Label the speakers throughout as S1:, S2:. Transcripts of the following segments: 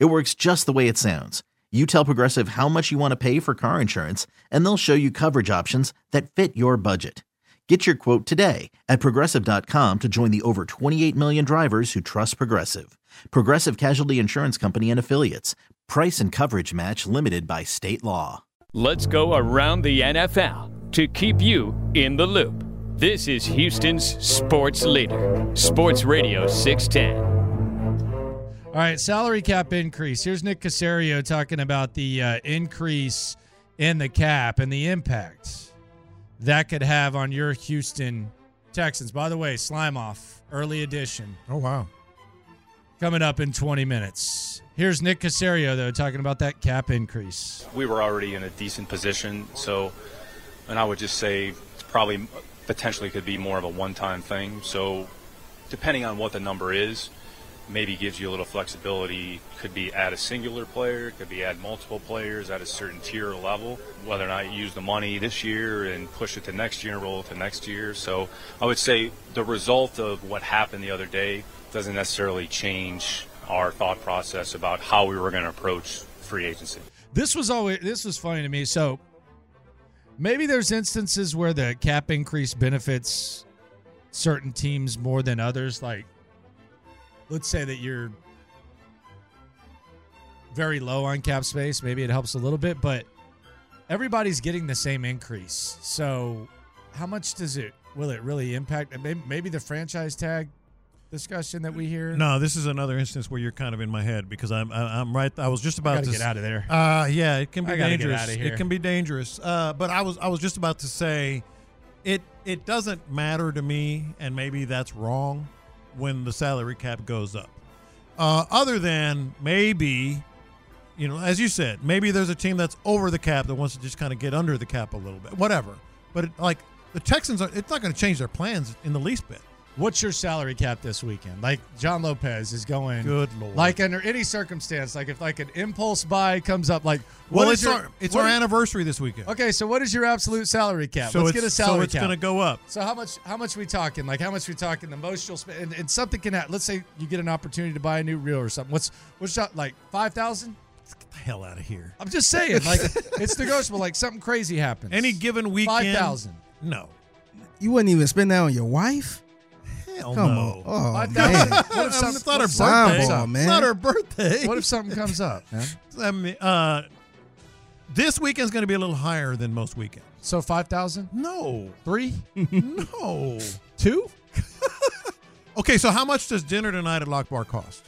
S1: It works just the way it sounds. You tell Progressive how much you want to pay for car insurance, and they'll show you coverage options that fit your budget. Get your quote today at progressive.com to join the over 28 million drivers who trust Progressive. Progressive Casualty Insurance Company and Affiliates. Price and coverage match limited by state law.
S2: Let's go around the NFL to keep you in the loop. This is Houston's sports leader, Sports Radio 610.
S3: All right, salary cap increase. Here's Nick Casario talking about the uh, increase in the cap and the impact that could have on your Houston Texans. By the way, Slime Off, early edition,
S4: Oh wow.
S3: coming up in 20 minutes. Here's Nick Casario, though, talking about that cap increase.
S5: we were already in a decent position. So, and I would just say it's probably potentially could be more of a one-time thing. So, depending on what the number is, maybe gives you a little flexibility. Could be add a singular player, could be add multiple players at a certain tier or level. Whether or not you use the money this year and push it to next year and roll it to next year. So, I would say the result of what happened the other day doesn't necessarily change our thought process about how we were going to approach free agency.
S3: This was always this was funny to me. So maybe there's instances where the cap increase benefits certain teams more than others. Like, let's say that you're very low on cap space. Maybe it helps a little bit, but everybody's getting the same increase. So, how much does it? Will it really impact? and may- Maybe the franchise tag discussion that we hear.
S4: No, this is another instance where you're kind of in my head because I'm I- I'm right. I was just
S3: I
S4: about
S3: gotta
S4: to
S3: get
S4: s-
S3: out of there.
S4: Uh, yeah, it can be
S3: I gotta get
S4: dangerous.
S3: outta here.
S4: It can be dangerous. Uh, but I was I was just about to say, it it doesn't matter to me, and maybe that's wrong when the salary cap goes up. Uh, other than maybe, you know, as you said, maybe there's a team that's over the cap that wants to just kind of get under the cap a little bit, whatever. But it, like the Texans, are, it's not going to change their plans in the least bit.
S3: What's your salary cap this weekend? Like John Lopez is going.
S4: Good lord.
S3: Like under any circumstance, like if like an impulse buy comes up, like what
S4: Well,
S3: is
S4: it's
S3: your,
S4: our it's
S3: what
S4: our
S3: is-
S4: anniversary this weekend.
S3: Okay, so what is your absolute salary cap?
S4: so
S3: Let's
S4: it's,
S3: get a salary
S4: so it's
S3: cap.
S4: going to go up.
S3: so how much? How much we talking? Like how much we talking? The most you'll spend, and, and something can happen. Let's say you get an opportunity to buy a new reel or something. What's what's your- like five thousand?
S4: Get the hell out of here.
S3: I'm just saying, like it's negotiable. Like something crazy happens.
S4: Any given weekend.
S3: 5,000.
S4: No.
S6: You wouldn't even spend that on your wife?
S4: Hell
S6: Come
S4: no.
S6: on. Oh,
S3: Five
S6: man.
S3: thousand. What if
S4: I mean,
S3: something?
S4: it's not her
S3: what if something
S4: birthday.
S3: comes up?
S6: Softball, man.
S4: It's not her birthday.
S3: What if something comes up?
S4: I mean, uh, this weekend's going to be a little higher than most weekends.
S3: So five thousand?
S4: No.
S3: Three?
S4: no.
S3: Two?
S4: Okay, so how much does dinner tonight at Lock Bar cost?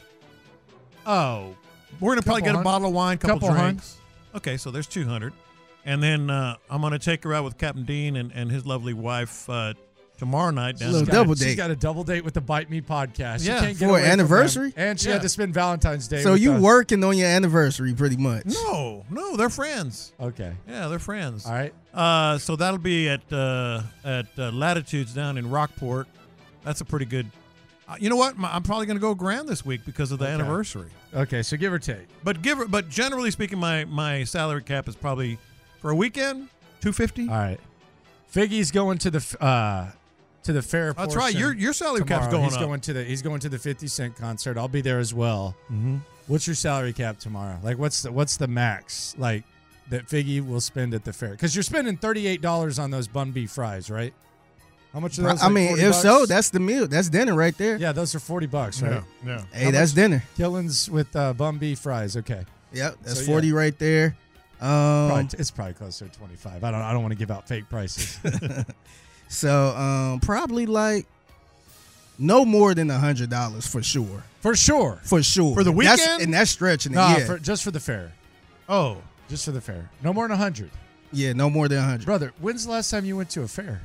S3: Oh,
S4: We're going to probably
S3: Couple
S4: get a
S3: hun-
S4: bottle of wine, couple,
S3: couple hun.
S4: drinks. Okay, so there's 200. And then uh, I'm going to take her out with Captain Dean and, and his lovely wife uh, tomorrow night.
S6: a little
S4: to-
S6: double
S3: She's
S6: date.
S3: got a double date with the Bite Me podcast. She
S4: Yeah.
S3: can't get
S6: For
S3: away from
S6: anniversary?
S3: them. and she
S4: Yeah.
S3: had to spend Valentine's Day.
S6: So
S3: with
S6: you
S3: us.
S6: working on your anniversary pretty much.
S4: No, no, they're friends.
S3: Okay.
S4: Yeah, they're friends.
S3: All right.
S4: Uh, so that'll be at uh, at uh, latitudes down in Rockport. That's a pretty good. Uh, you know what? My, I'm probably going to go grand this week because of the
S3: Okay.
S4: anniversary.
S3: Okay. So give or take.
S4: But give. But generally speaking, my my salary cap is probably for a weekend two fifty.
S3: All right. Figgy's going to the f- uh to the fair.
S4: That's right. Your your salary cap's going
S3: he's
S4: up.
S3: going to the he's going to the Fifty Cent concert. I'll be there as well.
S4: mm-hmm.
S3: What's your salary cap tomorrow? Like, what's the what's the max like that Figgy will spend at the fair? Because you're spending thirty eight dollars on those bun beef fries, right? How much are those?
S6: I
S3: like,
S6: mean,
S3: 40
S6: if
S3: bucks?
S6: so, that's the meal. That's dinner right there.
S3: yeah, those are forty bucks, right?
S4: Yeah.
S6: Hey, that's dinner.
S3: Killins with uh, bum beef fries. Okay.
S6: Yep, that's
S3: So, yeah.
S6: forty right there. Um,
S3: Probably- it's probably closer to 25. I don't I don't want to give out fake prices.
S6: so um, probably like no more than a hundred dollars for sure,
S3: For sure.
S6: for sure.
S4: For the
S6: that's,
S4: weekend?
S6: and that's stretching it.
S3: Nah,
S6: yeah,
S3: for, just for the fair.
S4: Oh,
S3: Just for the fair. No more than 100.
S6: yeah, no more than a hundred.
S3: Brother, when's the last time you went to a fair?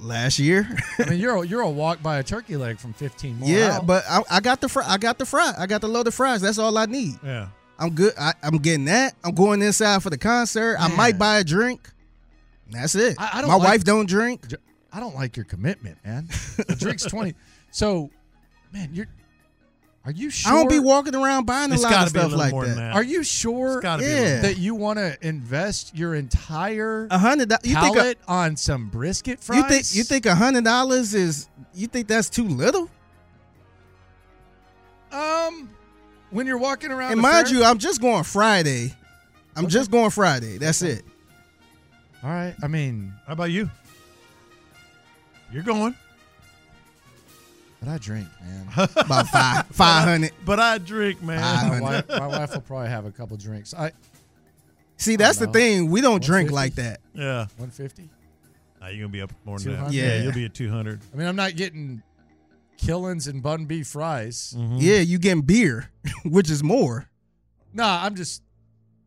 S6: Last year,
S3: I mean, you're a, you're a walk by a turkey leg from 15 more
S6: yeah,
S3: out.
S6: but I, I got the fry, I got the fry, I got the loaded fries. That's all I need.
S4: yeah.
S6: I'm good. I, I'm getting that. I'm going inside for the concert. I might
S3: Man.
S6: buy a drink. That's it.
S3: I- I don't
S6: My
S3: like-
S6: wife don't drink.
S3: Dr- I don't like your commitment, man. The drink's 20. So, man, you're Are you sure
S6: I don't be walking around buying a
S4: It's
S6: lot
S4: got
S6: of
S4: to be a
S6: stuff
S4: little
S6: like
S4: more than
S6: that.
S4: that.
S3: Are you sure
S4: It's gotta be a
S6: Yeah.
S4: little more.
S3: that you want to invest your entire
S6: A hundred. do- You think? A,
S3: palate on some brisket fries?
S6: you think? You think a hundred dollars is? You think that's too little?
S3: Um, when you're walking around,
S6: And
S3: the
S6: mind
S3: fair-
S6: you, I'm just going Friday. I'm just going Friday. That's it.
S3: all right. I mean,
S4: How about you? You're going,
S3: but I drink, man.
S6: About five, five hundred.
S4: but I drink, man.
S6: Five.
S3: my, wife, my wife will probably have a couple drinks. I
S6: See, that's the
S3: know.
S6: thing. We don't drink
S3: 150?
S6: like that.
S4: Yeah,
S3: 150.
S4: Nah, you're gonna be up more than that.
S3: 200?
S4: Yeah,
S6: Yeah.
S4: you'll be at 200.
S3: I mean, I'm not getting killings and bun beef fries.
S4: Mm.
S6: Yeah, you getting beer, which is more.
S3: Nah, I'm just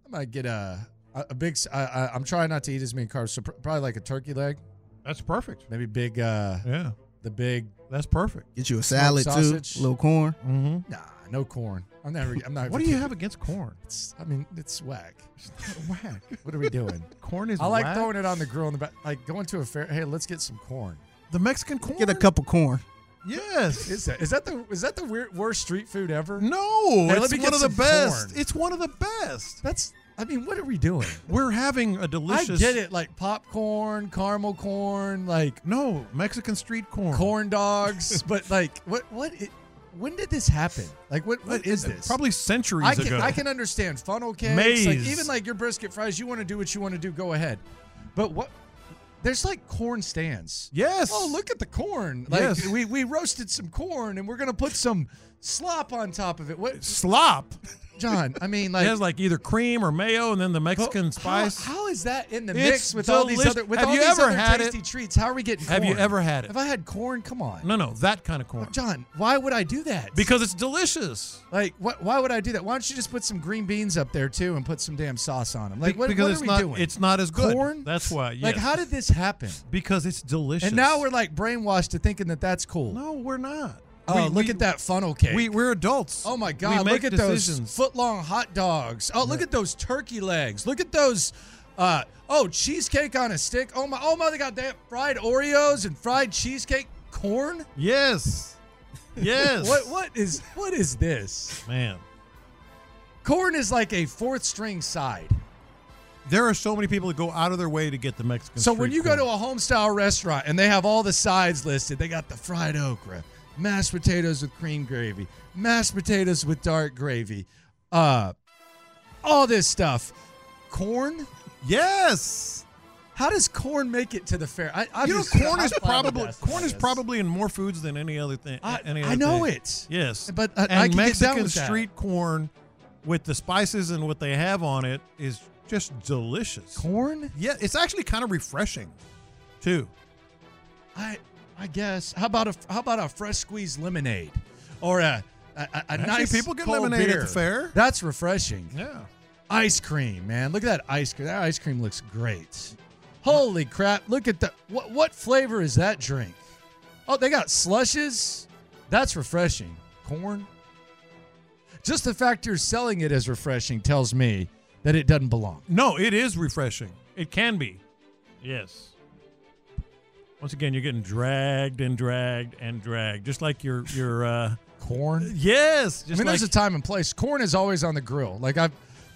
S3: I might get a a, a big. s- I, am trying not to eat as many carbs. So pr- probably like a turkey leg,
S4: That's perfect.
S3: maybe big. uh
S4: Yeah,
S3: The big.
S4: that's perfect.
S6: Get you a salad too,
S3: sausage.
S6: a little corn.
S4: Mm-hmm.
S3: Nah, no corn. I'm never. I'm not.
S4: What do you have against corn?
S3: It's, I mean, it's whack.
S4: Whack.
S3: What are we doing?
S4: Corn is.
S3: I like
S4: whack.
S3: throwing it on the grill in the back, like going to a fair. Hey, let's get some corn.
S4: the Mexican corn.
S6: Get a cup of corn.
S4: Yes.
S3: Is that is that the is that the weird, worst street food ever?
S4: no,
S3: Hey, let
S4: it's
S3: me get
S4: one of the
S3: some
S4: best.
S3: corn.
S4: It's one of the best.
S3: That's I mean, what are we doing?
S4: We're having a delicious.
S3: I get it, like popcorn, caramel corn, like
S4: No, Mexican street corn.
S3: corn dogs, but like what what? It, when did this happen? Like what what is this?
S4: Probably centuries
S3: I can
S4: ago.
S3: I can understand funnel cakes, like
S4: Maize.
S3: even like your brisket fries. You want to do what you want to do, go ahead. But what? There's like corn stands.
S4: Yes.
S3: Oh, look at the corn! Like
S4: Yes.
S3: we we roasted some corn, and we're gonna put some slop on top of it. What,
S4: Slop.
S3: John? I mean, like
S4: it has like either cream or mayo, and then the
S3: ho-
S4: Mexican spice.
S3: How, how is that in the mix
S4: It's
S3: with all these
S4: delish-
S3: other with
S4: Have
S3: all
S4: you
S3: these
S4: ever
S3: other
S4: had it?
S3: tasty treats? How are we getting?
S4: Have you
S3: corn?
S4: ever had it?
S3: Have I had corn? Come on,
S4: no, no, that kind of corn.
S3: John. Why would I do that?
S4: Because it's delicious.
S3: like, what? Why would I do that? Why don't you just put some green beans up there too, and put some damn sauce on them? Like,
S4: Be-
S3: what,
S4: because
S3: what
S4: it's
S3: are we
S4: not,
S3: doing?
S4: It's not as good.
S3: corn.
S4: That's why. Yes.
S3: Like, how did this happen?
S4: Because it's delicious.
S3: And now we're like brainwashed to thinking that that's cool.
S4: No, we're not.
S3: Oh,
S4: We-
S3: look
S4: we-
S3: at that funnel cake.
S4: We we're adults.
S3: Oh my
S4: We
S3: God!
S4: make
S3: Look at those
S4: decisions.
S3: foot-long hot dogs. Oh, look at those turkey legs. Look at those. Uh, oh, cheesecake on a stick. Oh my! Oh my! They got that fried Oreos and fried cheesecake corn.
S4: Yes. Yes.
S3: What? What is? What is this?
S4: Man,
S3: Corn is like a fourth-string side.
S4: there are so many people that go out of their way to get the Mexican.
S3: So when
S4: street
S3: you go
S4: corn.
S3: to a home-style restaurant and they have all the sides listed, they got the fried okra, mashed potatoes with cream gravy, mashed potatoes with dark gravy, uh, all this stuff. Corn.
S4: yes,
S3: How does corn make it to the fair? I, I
S4: you know
S3: just-
S4: corn
S3: I'm
S4: is
S3: flabbergasted
S4: probably
S3: by
S4: corn is
S3: this.
S4: probably in more foods than any other thing.
S3: I,
S4: any
S3: I
S4: other
S3: know
S4: thing.
S3: it.
S4: Yes,
S3: But I- I
S4: and
S3: can get down
S4: Mexican
S3: with that.
S4: street corn with the spices and what they have on it is just delicious.
S3: Corn?
S4: Yeah, it's actually kind of refreshing, too.
S3: I I guess. How about a how about a fresh squeezed lemonade, or a a, a- a nice
S4: people get
S3: cold
S4: lemonade at
S3: beer.
S4: the fair.
S3: That's refreshing.
S4: Yeah,
S3: Ice cream, man. Look at that ice cream. That ice cream looks great. Holy crap! Look at that. What what flavor is that drink? Oh, they got slushes. That's refreshing. Corn. Just the fact you're selling it as refreshing tells me that it doesn't belong.
S4: no, it is refreshing. It can be. Yes. Once again, you're getting dragged and dragged and dragged, just like your your. Uh,
S3: Corn.
S4: yes,
S3: I
S4: just
S3: mean,
S4: like
S3: there's a time and place. Corn is always on the grill. Like I've,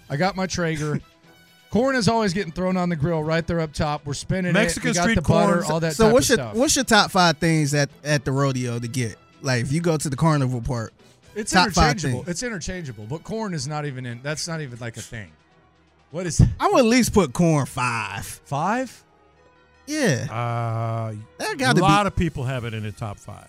S3: I got my Traeger. corn is always getting thrown on the grill right there up top. We're spinning
S4: Mexican
S3: it. We got
S4: street
S3: the butter,
S4: corn.
S3: all that.
S6: so
S3: type
S6: what's
S3: of
S6: your
S3: stuff.
S6: what's your top five things at at the rodeo to get? Like if you go to the carnival part,
S3: it's
S6: top five
S3: interchangeable.
S6: things?
S3: It's interchangeable, but corn is not even in. That's not even like a thing. What is that?
S6: I would at least put corn five.
S3: five?
S6: Yeah,
S4: Uh,
S6: that
S4: a
S6: got to
S4: Uh, lot
S6: be.
S4: of people have it in the top five.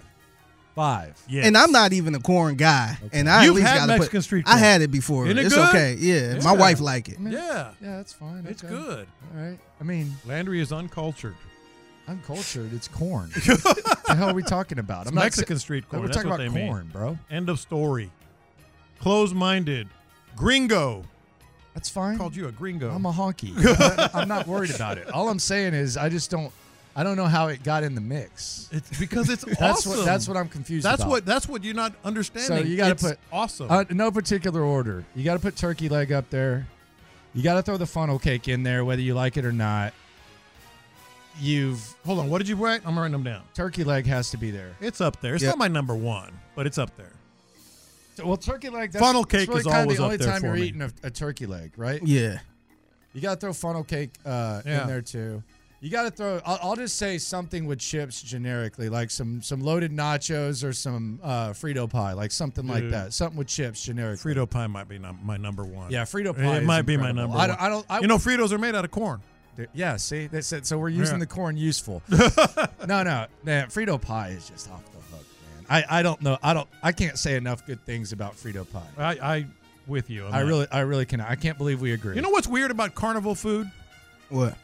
S3: Five.
S4: Yes.
S6: And I'm not even a corn guy, and I
S4: You've
S6: at least
S4: had
S6: got
S4: Mexican
S6: put,
S4: street
S6: I
S4: corn.
S6: had it before.
S4: Isn't it
S6: it's
S4: good?
S6: okay. Yeah,
S4: It's
S6: my
S4: good.
S6: wife like it.
S4: Yeah.
S3: Yeah, that's fine.
S4: It's
S3: Okay.
S4: good.
S3: All right. I mean,
S4: Landry is uncultured.
S3: I'm cultured. It's corn. what the hell are we talking about?
S4: It's
S3: I'm not
S4: Mexican street
S3: sa-
S4: corn.
S3: We're
S4: That's
S3: talking
S4: what
S3: about
S4: they mean.
S3: corn, bro.
S4: End of story. Close minded. Gringo.
S3: That's fine.
S4: Called you a gringo.
S3: I'm a honky. I- I'm not worried about it. All I'm saying is I just don't. I don't know how it got in the mix.
S4: It's because it's
S3: That's
S4: awesome.
S3: what. That's what I'm confused
S4: That's
S3: about.
S4: what that's what you're not
S3: So
S4: understanding.
S3: you gotta
S4: It's
S3: put-
S4: awesome.
S3: Uh, no particular order. You got to put turkey leg up there. You got to throw the funnel cake in there, whether you like it or not. You've
S4: Hold on, what did you write? I'm writing them down.
S3: turkey leg has to be there.
S4: It's up there. It's
S6: Yeah.
S4: not my number one, but it's up there.
S3: So- Well, turkey leg. That's,
S4: Funnel
S3: it's
S4: cake
S3: really
S4: is
S3: kinda
S4: always
S3: the
S4: up
S3: only
S4: there
S3: time
S4: for
S3: you're
S4: me.
S3: eating a, a turkey leg, right?
S6: Yeah.
S3: You got to throw funnel cake uh,
S4: Yeah.
S3: in there too. You got to throw. I'll, I'll just say something with chips generically, like some some loaded nachos or some uh, Frito pie, like something like
S4: Dude.
S3: that. Something with chips generically.
S4: Frito pie might be num- my number one.
S3: Yeah, Frito pie
S4: It
S3: is
S4: might be my
S3: incredible.
S4: number.
S3: I don't-
S4: one.
S3: I don't- I-
S4: you know, Fritos are made out of corn.
S3: There- Yeah, see, they said so. We're using
S4: Yeah.
S3: the corn useful. no, no, man, Frito pie is just off the hook, man. I, I don't know. I don't. I can't say enough good things about Frito pie.
S4: I, I with you. on
S3: I
S4: that.
S3: really, I really can. I can't believe we agree.
S4: You know what's weird about carnival food?
S6: What?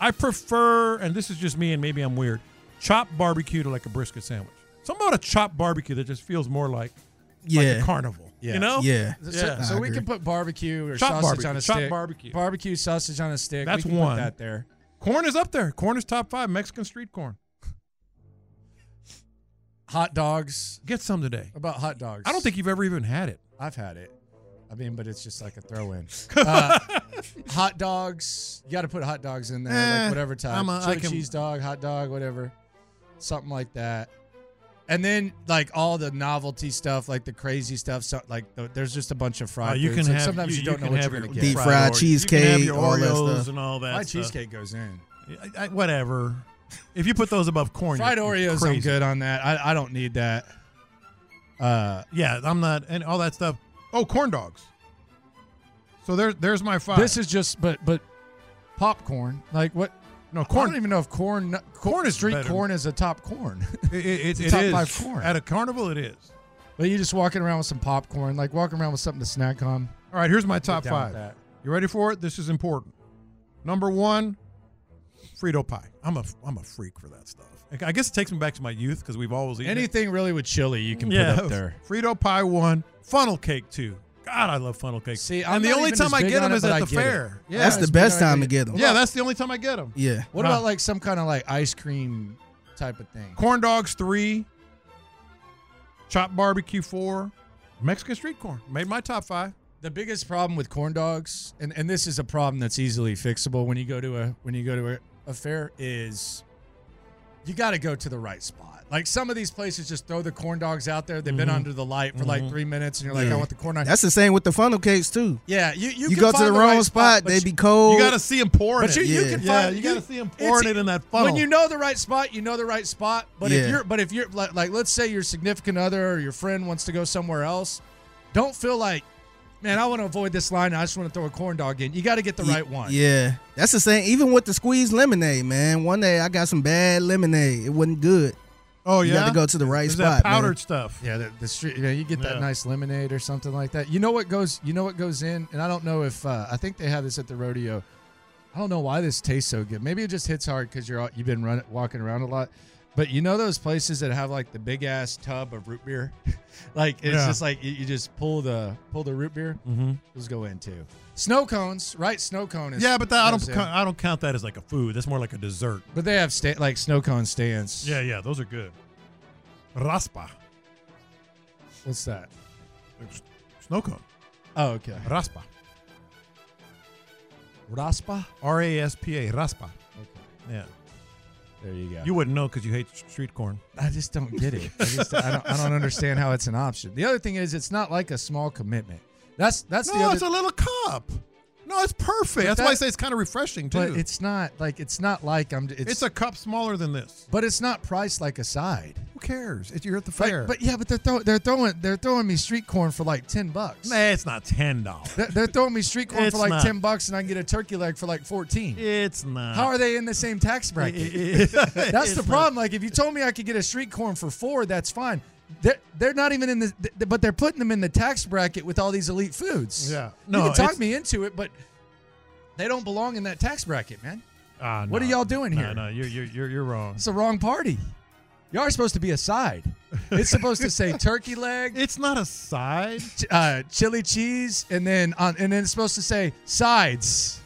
S4: I prefer, and this is just me, and maybe I'm weird. Chopped barbecue to like a brisket sandwich. Something about a chopped barbecue that just feels more like
S6: Yeah.
S4: like a carnival.
S3: Yeah.
S4: You know?
S6: yeah.
S3: So,
S4: Yeah.
S3: so
S6: I
S3: we
S6: agree.
S3: can put barbecue or sausage
S4: Chopped barbecue,
S3: on a
S4: chopped
S3: stick.
S4: barbecue.
S3: barbecue sausage on a stick.
S4: That's
S3: we can put
S4: one.
S3: that there.
S4: Corn is up there. Corn is top five. Mexican street corn.
S3: Hot dogs.
S4: Get some today.
S3: About hot dogs.
S4: I don't think you've ever even had it.
S3: I've had it. I mean, but it's just like a throw in. Uh, hot dogs. You got to put hot dogs in there,
S4: Eh,
S3: like whatever type.
S4: I'm a- I
S3: Chili
S4: can-
S3: cheese dog, hot dog, whatever. Something like that. And then like all the novelty stuff, like the crazy stuff. So, like th- there's just a bunch of fried.
S4: Uh, you
S3: foods.
S4: can
S3: Like,
S4: have
S3: sometimes you, don't
S4: can
S3: know what
S4: have
S3: you're gonna
S4: your
S3: get.
S6: Deep fried
S4: Oreo- You can have
S6: cheesecake,
S4: your
S6: all that
S4: Oreos
S6: stuff.
S4: and all that.
S3: My
S4: stuff.
S3: cheesecake goes in.
S4: I, I, whatever. If you put those above corn,
S3: Fried
S4: you're,
S3: Oreos,
S4: you're
S3: I'm
S4: crazy.
S3: good on that. I, I don't need that. Uh,
S4: Yeah, I'm not, and all that stuff. Oh, corn dogs. So there, there's my five.
S3: this is just, but but popcorn. Like what?
S4: no
S3: I
S4: corn.
S3: don't even know if corn corn
S4: is
S3: street
S4: better.
S3: corn is a top corn.
S4: It, it, it,
S3: a
S4: it
S3: top
S4: is.
S3: five corn.
S4: at a carnival. It is.
S3: But you just walking around with some popcorn, like walking around with something to snack on.
S4: All right, here's my top
S3: down with
S4: five.
S3: that.
S4: You ready for it? This is important. Number one, Frito pie. I'm a I'm a freak for that stuff. I guess it takes me back to my youth because we've always eaten it.
S3: Anything really with chili, you can put up there.
S4: Frito pie one, funnel cake two. God, I love funnel cake.
S3: See, I'm
S4: and the
S3: not
S4: only
S3: even
S4: time
S3: as
S4: I
S3: big
S4: get
S3: on
S4: them
S3: it,
S4: is
S3: but
S4: at
S3: I
S4: the
S3: get it.
S4: fair. Yeah,
S6: That's the
S3: it's
S6: best
S3: been
S6: time to
S3: idea.
S6: get them.
S4: yeah, that's the only time I get them.
S6: Yeah.
S3: What
S4: Nah.
S3: about like some kind of like ice cream type of thing?
S4: Corn dogs three, chopped barbecue four, Mexican street corn made my top five.
S3: The biggest problem with corn dogs, and, and this is a problem that's easily fixable when you go to a when you go to a, a fair, is you got to go to the right spot. Like some of these places just throw the corn dogs out there. They've been
S4: Mm-hmm.
S3: under the light for like three minutes, and you're like, I want the corn dog.
S6: That's the same with the funnel cakes too.
S3: yeah, you
S6: You,
S3: you, can
S6: go to
S3: find
S6: the, wrong
S3: right
S6: spot,
S3: but
S6: they
S3: you-
S6: be cold.
S4: You got to see him pouring
S3: But
S4: it.
S3: you, you
S6: Yeah.
S3: can
S4: Yeah,
S3: find
S4: you gotta see 'em
S3: it's-
S4: pouring it in that funnel.
S3: When you know the right spot, you know the right spot. But if
S6: Yeah.
S3: you're but if you're like, like let's say your significant other or your friend wants to go somewhere else, don't feel like, man, I want to avoid this line. I just want to throw a corn dog in. You got to get the
S6: Ye-
S3: right one.
S6: Yeah. That's the same. Even with the squeezed lemonade, man. One day I got some bad lemonade. It wasn't good.
S4: oh
S6: you
S4: yeah,
S6: gotta go to the right
S4: Is
S6: spot,
S4: That powdered
S6: man.
S4: stuff.
S3: Yeah, the, the street. You, know, you get that
S4: Yeah.
S3: nice lemonade or something like that. You know what goes. You know what goes in, and I don't know if uh, I think they have this at the rodeo. I don't know why this tastes so good. Maybe it just hits hard because you're all- you've been running walking around a lot. But you know those places that have like the big ass tub of root beer, like it's
S4: Yeah.
S3: just like you, you just pull the pull the root beer. Mm-hmm. Those go in too. Snow cones, right? Snow cone is
S4: Yeah, but that, I don't
S3: goes in.
S4: count, I don't count that as like a food. That's more like a dessert.
S3: But they have sta- like snow cone stands.
S4: Yeah, yeah, those are good. Raspa,
S3: What's that?
S4: It's snow cone.
S3: Oh, okay.
S4: Raspa,
S3: Raspa.
S4: R A S P A, raspa. Yeah,
S3: There you go.
S4: you wouldn't know because you hate s- street corn.
S3: I just don't get it. I, just, I, don't, I don't understand how it's an option. The other thing is, it's not like a small commitment. That's that's the
S4: No,
S3: other.
S4: it's a little cup. No, it's perfect. That's
S3: that-
S4: why I say it's kind of refreshing too.
S3: but it's not like it's not like I'm. It's,
S4: it's a cup smaller than this.
S3: but it's not priced like a side.
S4: Who cares? It, you're at the
S3: Like,
S4: fair.
S3: but yeah, but they're throw, they're throwing they're throwing me street corn for like ten bucks.
S4: nah, it's not ten dollars.
S3: They're, they're throwing me street corn
S4: It's
S3: for like
S4: not.
S3: ten bucks, and I can get a turkey leg for like fourteen.
S4: It's not.
S3: How are they in the same tax bracket?
S4: That's
S3: That's the problem. Like, if you told me I could get a street corn for four, that's fine. They're, they're not even in the, th- th- but they're putting them in the tax bracket with all these elite foods.
S4: Yeah.
S3: you
S4: No,
S3: can talk
S4: it's-
S3: me into it, but they don't belong in that tax bracket, man.
S4: Ah,
S3: What
S4: no.
S3: are y'all doing
S4: No,
S3: here?
S4: No, you're you're you're, you're wrong.
S3: It's the wrong party. Y'all are supposed to be a side. It's supposed to say turkey leg,
S4: It's not a side.
S3: ch- uh, chili cheese, and then on, and then it's supposed to say sides,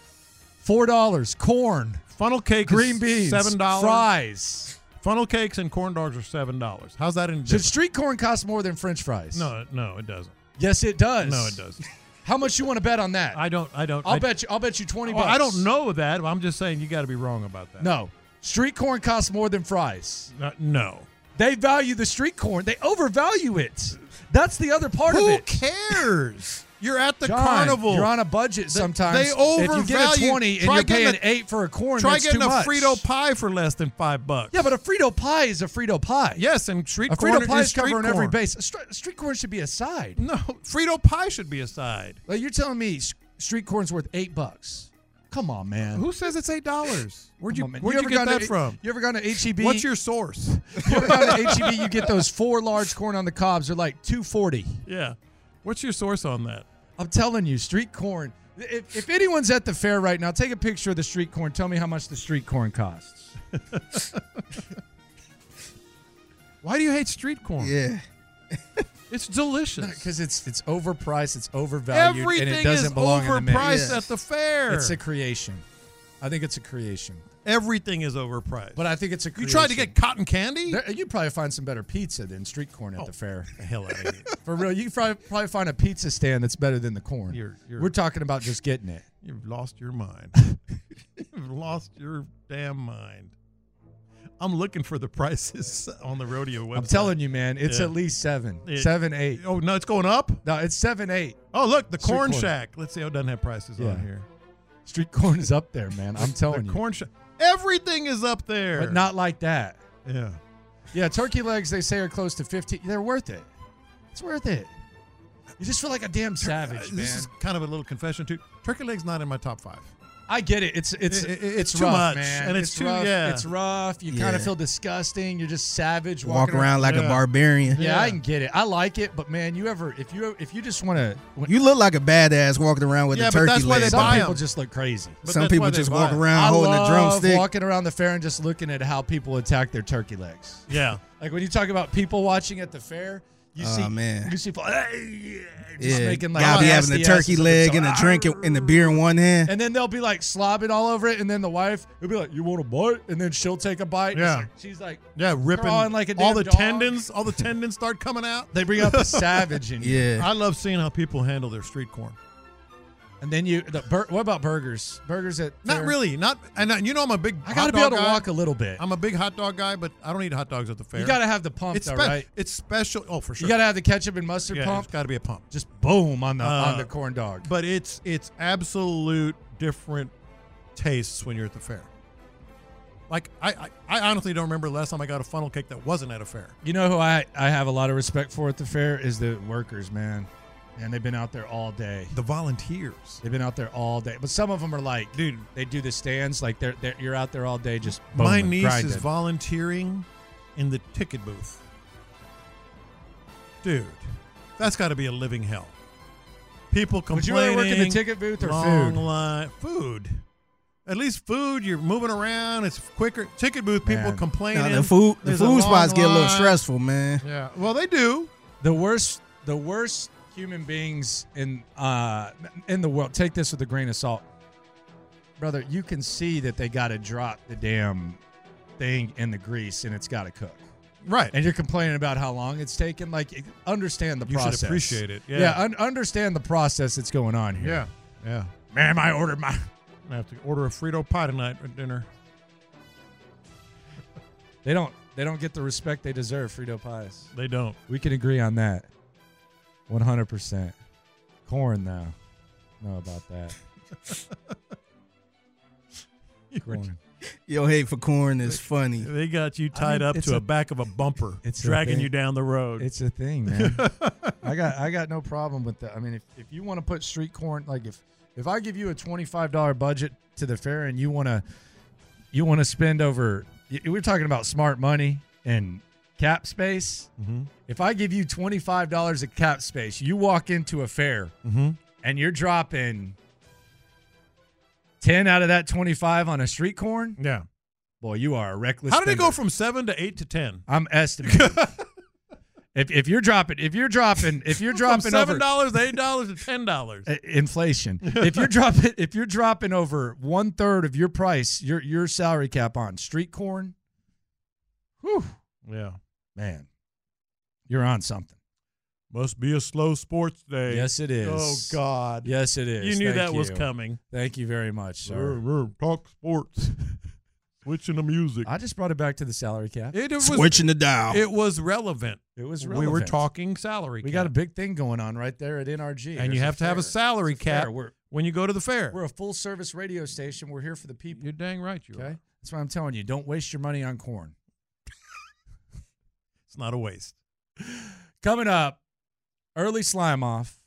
S3: four dollars, corn,
S4: Funnel cake, is
S3: green beans,
S4: seven dollars.
S3: fries.
S4: Funnel cakes and corn dogs are seven dollars. How's that in?
S3: Should street corn cost more than French fries?
S4: No, no, it doesn't.
S3: Yes, it does.
S4: No, it doesn't.
S3: How much you want to bet on that?
S4: I don't. I don't.
S3: I'll
S4: I,
S3: bet you. I'll bet you twenty
S4: Well,
S3: bucks.
S4: Oh, I don't know that. but I'm just saying you got to be wrong about that.
S3: No, street corn costs more than fries.
S4: Uh, no.
S3: They value the street corn. They overvalue it. That's the other part of
S4: Who
S3: it.
S4: cares? You're at the
S3: John,
S4: carnival.
S3: You're on a budget sometimes.
S4: they
S3: If you get a
S4: overvalue-
S3: twenty and
S4: try
S3: you're
S4: getting
S3: paying
S4: a-
S3: eight for a corn,
S4: Try
S3: that's
S4: getting
S3: too
S4: a
S3: much.
S4: Frito pie for less than five bucks.
S3: Yeah, but a Frito pie is a Frito pie.
S4: yes, and street
S3: a
S4: corn
S3: Frito pie is
S4: street
S3: covering every
S4: corn.
S3: base. A stri- street corn should be a side.
S4: No, Frito pie should be a side.
S3: Like you're telling me, s- street corn's worth eight bucks? Come on, man.
S4: Who says it's eight dollars? Where'd you
S3: Come on, man.
S4: Where'd you,
S3: ever
S4: get
S3: gone to
S4: that
S3: H-
S4: from?
S3: You ever gone to HEB?
S4: What's your source?
S3: You ever gone to HEB? You get those four large corn on the cobs. They're like two forty.
S4: yeah, what's your source on that?
S3: I'm telling you, street corn. If, if anyone's at the fair right now, take a picture of the street corn. Tell me how much the street corn costs.
S4: Why do you hate street corn?
S6: Yeah.
S4: It's delicious.
S3: Because it's it's overpriced, it's overvalued,
S4: Everything
S3: and it doesn't
S4: is
S3: belong in the mix.
S4: overpriced
S6: Yeah.
S4: at the fair.
S3: It's a creation. I think it's a creation,
S4: Everything is overpriced.
S3: but I think it's a.
S4: you
S3: Creation.
S4: tried to get cotton candy? Oh.
S3: There, you'd probably find some better pizza than street corn at the fair.
S4: hell out of here.
S3: For real, you could probably, probably find a pizza stand that's better than the corn.
S4: You're- you're-
S3: We're talking about just getting it.
S4: You've lost your mind. You've lost your damn mind. I'm looking for the prices on the rodeo website.
S3: I'm telling you, man, it's
S4: Yeah.
S3: at least seven,
S4: It-
S3: seven, eight.
S4: Oh no, it's going up.
S3: No, it's seven, eight.
S4: Oh look, the
S3: Street
S4: corn
S3: corn.
S4: shack. Let's see. Oh, it doesn't have prices
S3: Yeah.
S4: on here.
S3: Street corn is up there, man. I'm
S4: The
S3: telling you,
S4: corn shack. Everything is up there.
S3: but not like that.
S4: Yeah.
S3: Yeah, turkey legs they say are close to fifteen. They're worth it. It's worth it. You just feel like a damn
S4: Uh,
S3: savage,
S4: this
S3: man.
S4: is kind of a little confession too. Turkey leg's not in my top five.
S3: I get it. It's it's
S4: It- it-
S3: it's,
S4: it's too
S3: rough,
S4: much,
S3: man.
S4: and it's too-
S3: rough.
S4: yeah.
S3: It's rough. You kind
S6: Yeah.
S3: of feel disgusting. You're just savage
S6: Walk
S3: walking
S6: around like a
S4: Yeah.
S6: barbarian.
S3: Yeah, I can get it. I like it, but man, you ever if you if you just want to,
S6: You look like a badass walking around with
S4: Yeah,
S6: a
S4: but
S6: turkey
S4: that's why they
S6: leg.
S3: some
S4: buy
S3: people
S4: 'em.
S3: just look crazy.
S4: But
S6: Some
S4: that's why
S6: people
S4: they
S6: just
S4: buy
S6: walk
S4: 'em.
S6: around holding a
S3: love
S6: drumstick.
S3: walking around the fair and just looking at how people attack their turkey legs.
S4: Yeah.
S3: Like when you talk about people watching at the fair, you
S6: Oh,
S3: see
S6: man.
S3: you see people "Hey," just
S6: yeah,
S3: making like
S6: gotta be having
S3: nasty
S6: a turkey
S3: asses of
S6: leg and a
S3: themselves.
S6: drink in- and a beer in one hand.
S3: And then they'll be like slobbing all over it, and then the wife will be like, "You want a bite?" And then she'll take a bite. and
S4: Yeah.
S3: it's like- she's like,
S4: Yeah, ripping
S3: Crawling like a
S4: all
S3: damn
S4: the
S3: dog.
S4: tendons, all the tendons start coming out.
S3: they bring out the savage in you.
S6: Yeah.
S4: I love seeing how people handle their street corn.
S3: And then you, the bur- what about burgers? Burgers at
S4: Not
S3: fair?
S4: really, not and I- you know I'm a big
S3: I
S4: hot
S3: gotta be
S4: dog
S3: able to
S4: guy.
S3: walk a little bit.
S4: I'm a big hot dog guy, but I don't eat hot dogs at the fair.
S3: you gotta have the pump,
S4: it's
S3: though,
S4: spe-
S3: right?
S4: It's special. Oh, for sure.
S3: You gotta have the ketchup and mustard
S4: yeah,
S3: pump.
S4: It's got to be a pump.
S3: Just boom on the
S4: Uh,
S3: on the corn dog.
S4: But it's it's absolute different tastes when you're at the fair. Like I, I, I honestly don't remember the last time I got a funnel cake that wasn't at a fair.
S3: You know who I, I have a lot of respect for at the fair is the workers, man. And they've been out there all day.
S4: The volunteers.
S3: They've been out there all day. But some of them are like,
S4: Dude.
S3: they do the stands like they're, they're you're out there all day just.
S4: My
S3: booming,
S4: niece
S3: grinding.
S4: is volunteering in the ticket booth. Dude, that's got to be a living hell. People
S3: Would you
S4: complaining.
S3: rather work in the ticket booth or
S4: long
S3: food?
S4: line- food. At least food, you're moving around. It's quicker. Ticket booth people
S3: Man.
S4: complaining.
S6: Now, the food, the
S4: There's a
S6: food
S4: long
S6: spots get a little
S4: line.
S6: stressful, man.
S4: Yeah. Well, they do.
S3: The worst, the worst human beings in uh in the world. Take this with a grain of salt, brother. You can see that they got to drop the damn thing in the grease and it's got to cook.
S4: Right.
S3: and you're complaining about how long it's taken. Like, understand the
S4: You should
S3: process.
S4: appreciate it, yeah.
S3: un- understand the process that's going on here.
S4: yeah. Yeah.
S3: Ma'am, I ordered my.
S4: I have to order a Frito pie tonight for dinner.
S3: They don't. They don't get the respect they deserve. Frito pies.
S4: They don't.
S3: We can agree on that. One hundred percent. Corn, though. Know about that. Corn.
S6: Yo, hate for corn is funny.
S4: They got you tied up
S3: it's
S4: to
S3: a-
S4: a, back of a bumper,
S3: it's a
S4: dragging
S3: thing.
S4: you down the road.
S3: It's a thing, man. I got. I got no problem with that. I mean, if, if you want to put street corn, like if if I give you a twenty five dollar budget to the fair and you want to you want to spend over. y- We're talking about smart money and cap space.
S4: Mm-hmm.
S3: If I give you twenty five dollars of cap space, you walk into a fair
S4: Mm-hmm.
S3: and you're dropping ten out of that twenty five on a street corn.
S4: Yeah.
S3: Boy, you are a reckless.
S4: How did it go
S3: spender.
S4: from seven to eight to ten?
S3: I'm estimating. if if you're dropping, if you're dropping, if you're dropping
S4: from
S3: over
S4: seven dollars to eight dollars to ten dollars.
S3: Uh, inflation. If you're dropping, if you're dropping over one third of your price, your your salary cap on street corn, whew,
S4: Yeah.
S3: man, you're on something.
S4: Must be a slow sports day.
S3: Yes, it is.
S4: Oh God.
S3: Yes, it is.
S4: You knew
S3: Thank
S4: that was
S3: you.
S4: coming.
S3: Thank you very much, sir.
S4: Rrr, rrr, Talk sports. Switching the music.
S3: I just brought it back to the salary cap.
S4: it, was
S6: Switching the dial.
S4: it was relevant.
S3: It was
S4: We were
S3: relevant.
S4: talking salary.
S3: We
S4: cap.
S3: got a big thing going on right there at NRG,
S4: and
S3: There's
S4: you have to have a
S3: fair.
S4: salary
S3: It's fair.
S4: cap
S3: We're
S4: when you go to the fair.
S3: we're a full service radio station. We're here for the people.
S4: You're dang right. You
S3: Okay,
S4: are.
S3: that's why I'm telling you. Don't waste your money on corn.
S4: It's not a waste.
S3: Coming up, early slime off.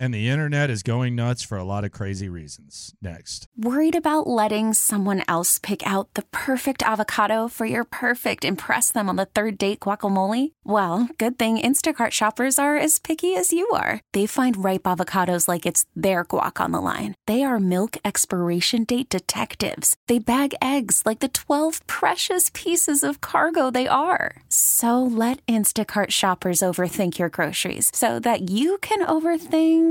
S3: And the internet is going nuts for a lot of crazy reasons. Next.
S7: Worried about letting someone else pick out the perfect avocado for your perfect impress them on the third date guacamole? Well, good thing Instacart shoppers are as picky as you are. They find ripe avocados like it's their guac on the line. They are milk expiration date detectives. They bag eggs like the 12 precious pieces of cargo they are. So let Instacart shoppers overthink your groceries so that you can overthink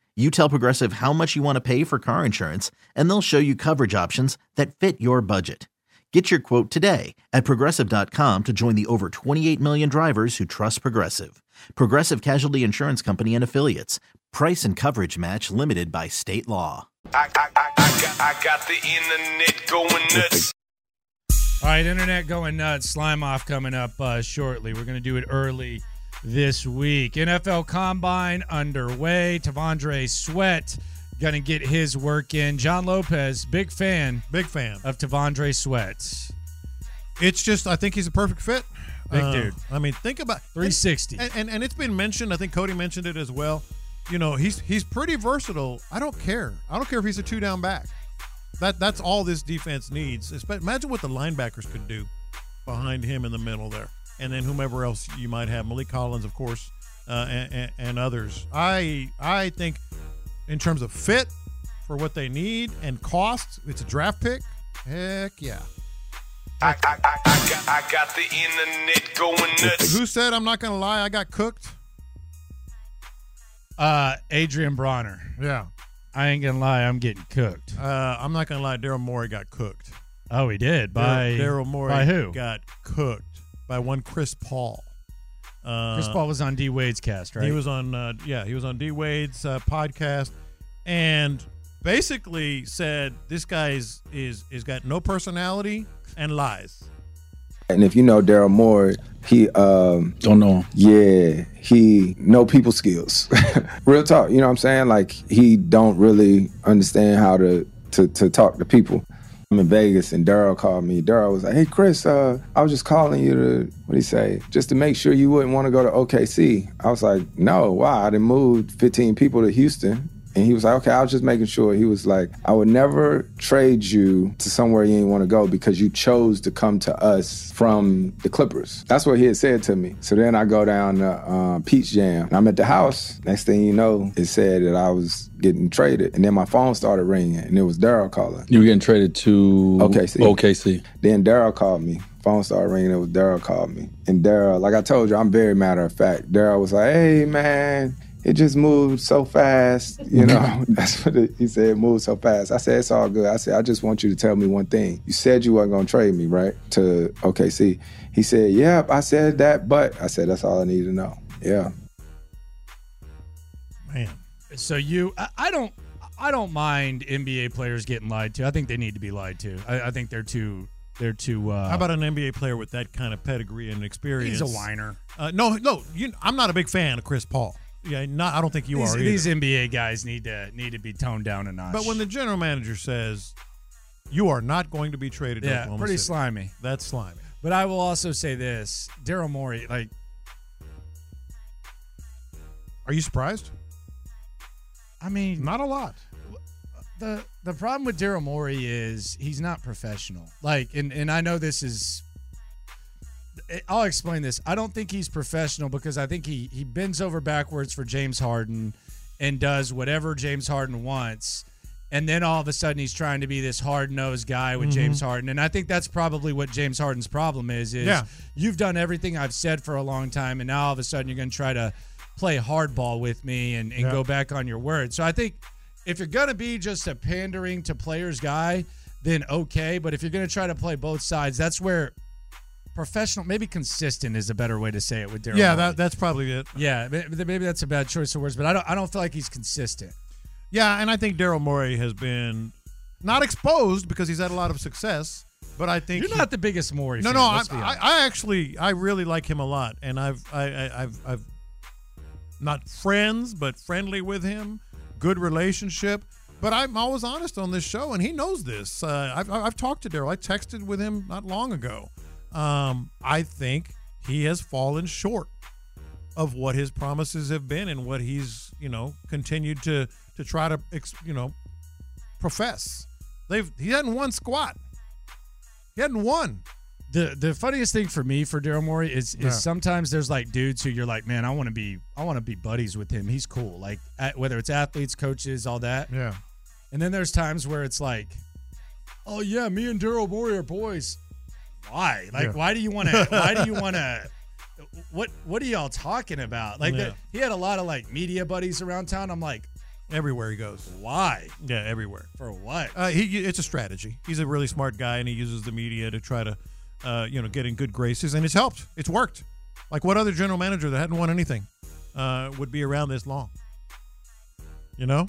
S1: You tell Progressive how much you want to pay for car insurance, and they'll show you coverage options that fit your budget. Get your quote today at progressive.com to join the over 28 million drivers who trust Progressive. Progressive Casualty Insurance Company and Affiliates. Price and coverage match limited by state law.
S8: I, I, I, I, got, I got the internet going nuts.
S3: All right, internet going nuts. Slime off coming up uh, shortly. We're going to do it early this week. NFL Combine underway. Tavondre Sweat going to get his work in. John Lopez, big fan
S4: Big fan.
S3: of Tavondre Sweat.
S4: It's just I think he's a perfect fit.
S3: Big
S4: Uh,
S3: dude.
S4: I mean, think about
S3: 360.
S4: And, and and it's been mentioned. I think Cody mentioned it as well. You know, he's he's pretty versatile. I don't care. I don't care if he's a two down back. That that's all this defense needs. It's- but Imagine what the linebackers could do behind him in the middle there, and then whomever else you might have, Malik Collins, of course, uh, and, and, and others. I I think in terms of fit for what they need and cost, it's a draft pick. Heck yeah.
S8: I, I, I, I, got, I got the internet going nuts.
S4: Who said I'm not gonna lie? I got cooked.
S3: Uh, Adrian Bronner.
S4: Yeah.
S3: I ain't going to lie, I'm getting cooked.
S4: Uh, I'm not gonna lie. Daryl Morey got cooked.
S3: Oh, he did. By
S4: Daryl Morey
S3: By who?
S4: got cooked by one Chris Paul. Uh,
S3: Chris Paul was on D Wade's cast, right?
S4: He was on. Uh, yeah, he was on D Wade's uh, podcast, and basically said this guy is is is got no personality and lies.
S9: And if you know Daryl Moore, he um
S6: Don't know him.
S9: yeah, he no people skills. Real talk, you know what I'm saying? Like he don't really understand how to to, to talk to people. I'm in Vegas and Daryl called me. Daryl was like, "Hey Chris, uh, I was just calling you to what do you say? Just to make sure you wouldn't want to go to OKC." I was like, "No, why? I done moved 15 people to Houston And he was like, okay, I was just making sure. He was like, I would never trade you to somewhere you didn't want to go because you chose to come to us from the Clippers. That's what he had said to me. So then I go down to uh, Peach Jam. And I'm at the house. Next thing you know, it said that I was getting traded. And then my phone started ringing and it was Daryl calling.
S10: You were getting traded to
S9: OKC.
S10: OKC.
S9: Then Daryl called me. Phone started ringing. It was Daryl called me. And Daryl, like I told you, I'm very matter of fact. Daryl was like, "Hey man, it just moved so fast." You know, that's what it, he said. It moved so fast. I said, "It's all good." I said, "I just want you to tell me one thing. You said you weren't gonna trade me, right?" To OKC. He said, "Yep." I said that, but I said that's all I need to know. Yeah.
S3: So you, I, I don't, I don't mind NBA players getting lied to. I think they need to be lied to. I, I think they're too, they're too. Uh,
S4: How about an NBA player with that kind of pedigree and experience?
S3: He's a whiner.
S4: Uh, no, no, you, I'm not a big fan of Chris Paul. Yeah, not. I don't think you
S3: these,
S4: are. either.
S3: These NBA guys need to need to be toned down a notch.
S4: But when the general manager says you are not going to be traded, to
S3: Yeah,
S4: Oklahoma
S3: pretty
S4: City,"
S3: slimy.
S4: That's slimy.
S3: But I will also say this, Daryl Morey. Like,
S4: are you surprised?
S3: I mean,
S4: not a lot.
S3: the The problem with Daryl Morey is he's not professional. Like, and and I know this is. eh, I'll explain this. I don't think he's professional because I think he he bends over backwards for James Harden, and does whatever James Harden wants. And then all of a sudden, he's trying to be this hard nosed guy with
S4: Mhm.
S3: James Harden, and I think that's probably what James Harden's problem is. Is
S4: Yeah.
S3: you've done everything I've said for a long time, and now all of a sudden you're going to try to play hardball with me and, and
S4: Yeah.
S3: go back on your word. So I think if you're going to be just a pandering to players guy, then okay. But if you're going to try to play both sides, that's where professional, maybe consistent is a better way to say it with Daryl.
S4: yeah,
S3: Morey.
S4: that, that's probably it.
S3: yeah, ma- maybe that's a bad choice of words, but I don't, I don't feel like he's consistent.
S4: Yeah, and I think Daryl Morey has been not exposed because he's had a lot of success. But I think
S3: You're not the biggest Morey.
S4: No,
S3: fan,
S4: no, I,
S3: let's be
S4: I,
S3: honest.
S4: I actually I really like him a lot, and I've I, I, I've I've not friends but friendly with him, good relationship. But I'm always honest on this show, and he knows this. Uh, I've I've I've talked to Daryl. I texted with him not long ago. Um, I think he has fallen short of what his promises have been and what he's you know continued to to try to ex- you know profess. They've he hadn't won squat. He hadn't won.
S3: the the funniest thing for me for Daryl Morey is is
S4: Yeah.
S3: sometimes there's like dudes who you're like, man, I want to be I want to be buddies with him. He's cool. Like at, whether it's athletes, coaches, all that.
S4: Yeah.
S3: And then there's times where it's like, oh yeah, me and Daryl Morey are boys. Why? Like
S4: Yeah.
S3: why do you want to? Why do you want to? What What are y'all talking about? Like
S4: Yeah.
S3: the- he had a lot of like media buddies around town. I'm like,
S4: Everywhere he goes.
S3: why?
S4: Yeah, everywhere.
S3: For what?
S4: Uh, he, it's a strategy. He's a really smart guy, and he uses the media to try to, uh, you know, get in good graces, and it's helped. It's worked. Like what other general manager that hadn't won anything uh, would be around this long? You know,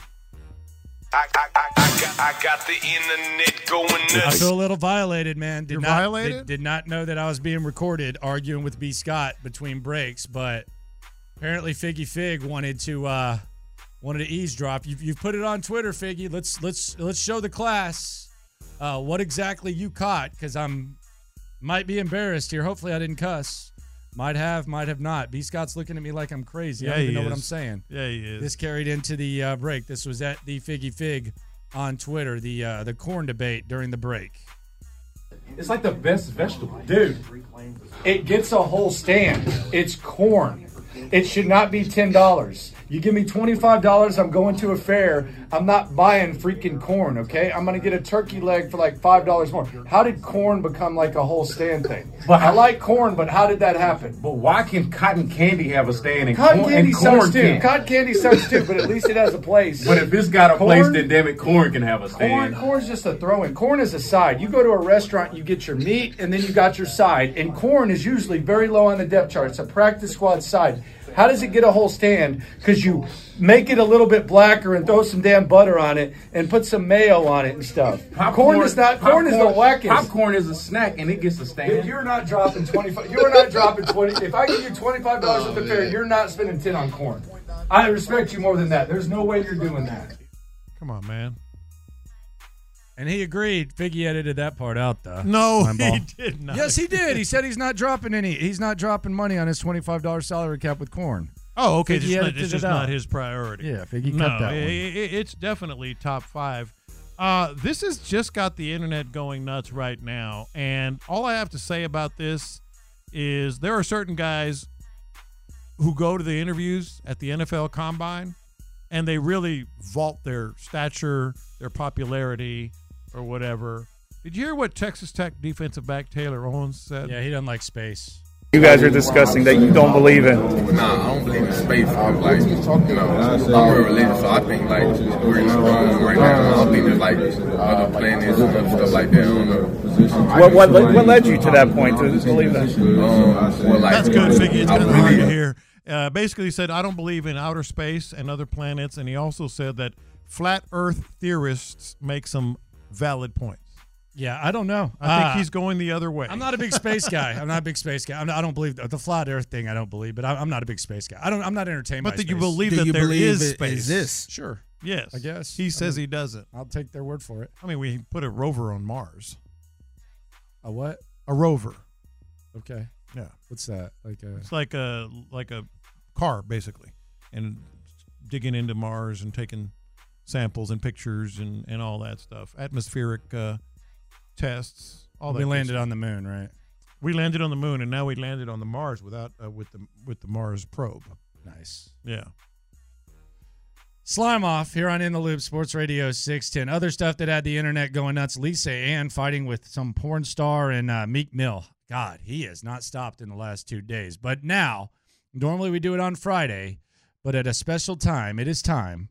S8: I, I, I, I, got, I got the internet going
S3: I
S8: nuts.
S3: feel a little violated, man. Did
S4: You're
S3: not
S4: violated?
S3: Did, did not know that I was being recorded arguing with B. Scott between breaks, but apparently Figgy Fig wanted to uh wanted to eavesdrop. You've, you've put it on Twitter, Figgy. Let's let's let's show the class uh, what exactly you caught, because I'm might be embarrassed here. Hopefully, I didn't cuss. Might have, might have not. B. Scott's looking at me like I'm crazy. I
S4: Yeah,
S3: don't even
S4: he
S3: know what
S4: is.
S3: I'm saying.
S4: Yeah, he is.
S3: This carried into the uh, break. This was at the Figgy Fig on Twitter. The uh, the corn debate during the break.
S11: It's like the best vegetable. Dude, it gets a whole stand. It's corn. It should not be $10. You give me $25, I'm going to a fair. I'm not buying freaking corn, okay? I'm going to get a turkey leg for like $5 more. How did corn become like a whole stand thing? I like corn, but how did that happen? But why can cotton candy have a stand
S12: and
S11: cotton
S12: corn-
S11: candy
S12: and corn
S11: sucks too?
S12: can't?
S11: Cotton candy sucks too, but at least it has a place.
S12: But if it's got a place,
S11: Corn-
S12: then damn it, corn can have
S11: Corn,
S12: a stand.
S11: corn's just a throw-in. Corn is a side. You go to a restaurant, you get your meat, and then you got your side. And corn is usually very low on the depth chart. It's a practice squad side. How does it get a whole stand? Because you make it a little bit blacker and throw some damn butter on it and put some mayo on it and stuff. corn is not. Corn is the wackest.
S12: Popcorn is a snack and it gets a
S11: Dude,
S12: stand.
S11: you're not dropping twenty five. You're not dropping twenty. If I give you twenty five dollars at the fair, you're not spending ten on corn. I respect you more than that. There's no way you're doing that.
S4: come on, man.
S3: And he agreed. Figgy edited that part out, though.
S4: No,
S3: Line ball.
S4: he did not.
S3: Yes, he did. He said he's not dropping any. He's not dropping money on his twenty-five dollars salary cap with corn.
S4: Oh, okay.
S3: Figgy
S4: Just not,
S3: edited
S4: it's
S3: it
S4: just
S3: out.
S4: not his priority.
S3: Yeah, Figgy
S4: no,
S3: cut that
S4: i-
S3: one.
S4: i- i- it's definitely top five. Uh, this has just got the internet going nuts right now, and all I have to say about this is there are certain guys who go to the interviews at the NFL Combine, and they really vault their stature, their popularity, or whatever. Did you hear what Texas Tech defensive back Taylor Owens said?
S3: Yeah, he doesn't like space.
S10: You guys are discussing that you don't believe in.
S13: Nah, I don't believe in space. I'm like, you know, I'm real religious, so I think like we're in the wrong right now. I don't think there's like other planets and other stuff like that. I don't know.
S10: What, what, led- what led you to that point to believe that?
S13: Um, well, like,
S4: That's good, Figgy. It's
S13: I
S4: kind of hard to
S13: really-
S4: hear. Uh, basically, he said, I don't believe in outer space and other planets. And he also said that flat Earth theorists make some valid points.
S3: Yeah, I don't know.
S4: I think
S3: Uh,
S4: he's going the other way.
S3: I'm not a big space guy. I'm not a big space guy. I'm not, I don't believe the, the flat Earth thing. I don't believe, but I, I'm not a big space guy. I don't. I'm not entertained.
S4: But
S3: by
S4: do you
S3: space.
S4: believe that there is space?
S3: Sure.
S4: Yes.
S3: I guess
S4: He says
S3: I
S4: he doesn't.
S3: I'll take their word for it.
S4: I mean, we put a rover on Mars.
S3: A what?
S4: A rover.
S3: Okay.
S4: Yeah.
S3: What's that? Like a
S4: It's like a like a car, basically, and digging into Mars and taking samples and pictures and, and all that stuff. Atmospheric uh, tests. All that.
S3: we
S4: good
S3: landed
S4: stuff.
S3: on the moon, right?
S4: We landed on the moon, and now we landed on the Mars without uh, with the with the Mars probe.
S3: Nice.
S4: Yeah.
S3: Slime off here on In the Loop Sports Radio 610. Other stuff that had the internet going nuts. Lisa Ann fighting with some porn star and uh, Meek Mill. God, he has not stopped in the last two days. But now, normally we do it on Friday, but at a special time, it is time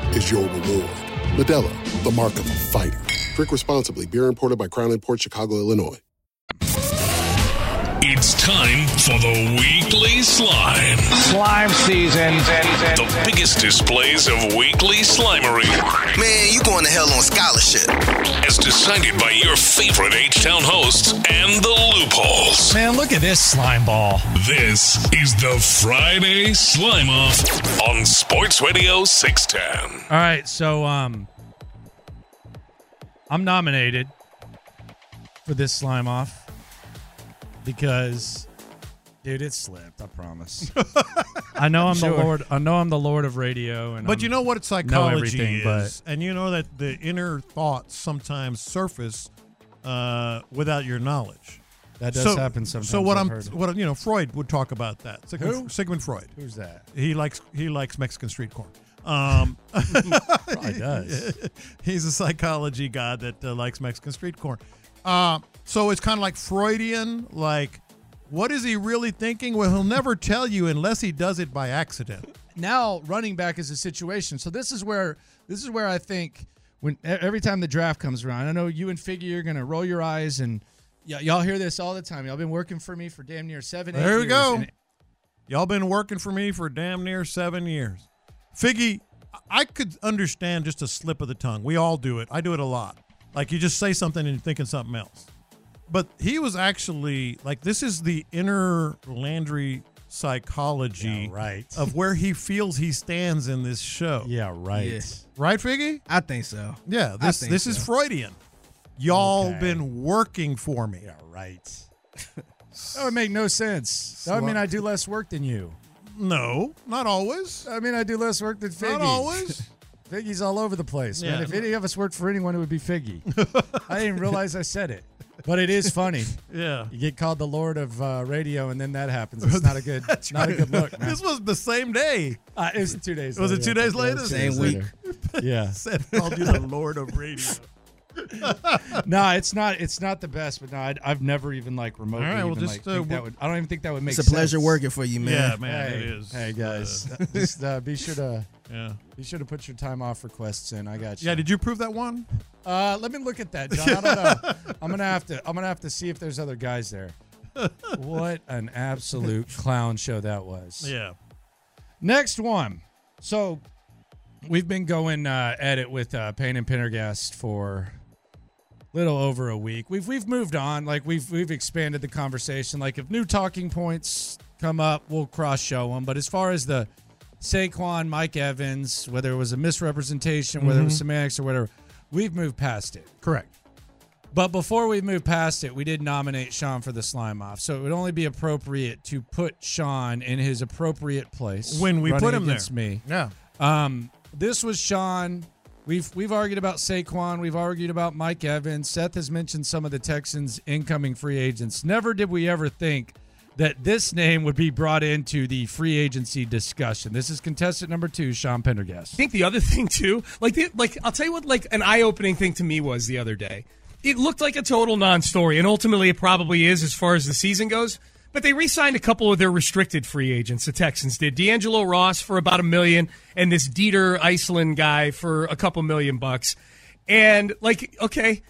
S14: is your reward. Medella, the mark of a fighter. Drink responsibly. Beer imported by Crown Port Chicago, Illinois.
S15: It's time for the weekly slime. Slime season. The biggest displays of weekly slimery. Man, you going to hell on scholarship. As decided by your favorite H Town hosts and the loopholes.
S3: Man, look at this slime ball.
S15: This is the Friday Slime Off on Sports Radio 610.
S3: All right, so um, I'm nominated for this slime off because, dude, it slipped. I promise. I know I'm
S4: Sure.
S3: the lord. I know I'm the lord of radio, and
S4: But
S3: I'm-
S4: you know what
S3: know
S4: psychology
S3: everything,
S4: is,
S3: But
S4: and you know that the inner thoughts sometimes surface uh, without your knowledge.
S3: That does happen sometimes,
S4: So what
S3: I've
S4: I'm,
S3: heard.
S4: what you know, Freud would talk about that. Sigmund,
S3: Who?
S4: Sigmund Freud.
S3: Who's that?
S4: He likes he likes Mexican street corn. Um,
S3: Probably does.
S4: He's a psychology guy that uh, likes Mexican street corn. Uh, so it's kind of like Freudian, like. What is he really thinking? Well, he'll never tell you unless he does it by accident.
S3: now running back is a situation. So this is where this is where I think when e- every time the draft comes around, I know you and Figgy are gonna roll your eyes and y- y'all hear this all the time. Y'all been working for me for damn near seven. eight
S4: There we
S3: years,
S4: go.
S3: and
S4: Y'all been working for me for damn near seven years. Figgy, I could understand just a slip of the tongue. We all do it. I do it a lot. Like you just say something and you're thinking something else. But he was actually like, this is the inner Landry psychology
S3: right.
S4: of where he feels he stands in this show.
S3: Yeah, right. Yeah.
S4: Right, Figgy?
S6: I think so.
S4: Yeah,
S6: I
S4: this
S6: think
S4: this is
S6: so.
S4: Freudian. Y'all
S3: Okay.
S4: been working for me. Yeah,
S3: right. That would make no sense. That would mean I do less work than you.
S4: No, not always.
S3: I mean, I do less work than Figgy.
S4: Not always.
S3: Figgy's all over the place, man.
S4: Yeah.
S3: If any of us worked for anyone, it would be Figgy. I didn't realize I said it, but it is funny.
S4: Yeah.
S3: You get called the Lord of uh, Radio, and then that happens. It's not a good, not a good look. Man.
S4: This was the same day.
S3: Uh, it was two days.
S4: Was it
S3: later,
S4: two
S3: I
S4: days
S3: think. Yeah, it
S4: later?
S3: was two days later. yeah.
S4: Said called you the Lord of Radio.
S3: no, it's not. It's not the best, but no, I'd, I've never even like remotely.
S4: All right, well,
S3: even,
S4: just,
S3: like,
S4: uh,
S3: think that
S4: we'll-
S3: would, I don't even think that would make.
S6: It's a pleasure
S3: sense.
S6: working for you, man. Yeah, man,
S3: Hey,
S6: it is.
S3: Hey guys,
S6: Uh,
S3: just uh, be sure to.
S4: Yeah.
S3: Be sure to put your time off requests in. I got you.
S4: Yeah, did you prove that one?
S3: Uh, let me look at that, John. I don't know. I'm gonna have to. I'm gonna have to see if there's other guys there. What an absolute clown show that was.
S4: Yeah.
S3: Next one. So we've been going uh, at it with uh, Payne and Pendergast for little over a week. We've we've moved on. Like we've we've expanded the conversation. Like if new talking points come up, we'll cross show them. But as far as the Saquon, Mike Evans, whether it was a misrepresentation, whether it was
S4: Mhm.
S3: semantics or whatever, we've moved past it.
S4: Correct.
S3: But before we move past it, we did nominate Sean for the slime off. So it would only be appropriate to put Sean in his appropriate place
S4: When we
S3: running
S4: put him there.
S3: against Me,
S4: Yeah.
S3: Um, this was Sean. We've we've argued about Saquon. We've argued about Mike Evans. Seth has mentioned some of the Texans' incoming free agents. Never did we ever think that this name would be brought into the free agency discussion. This is contestant number two, Sean Pendergast.
S16: I think the other thing too, like the, like I'll tell you what, like an eye-opening thing to me was the other day. It looked like a total non-story, and ultimately it probably is as far as the season goes. But they re-signed a couple of their restricted free agents. The Texans did D'Angelo Ross for about a million, and this Dieter Iceland guy for a couple million bucks. And like, okay,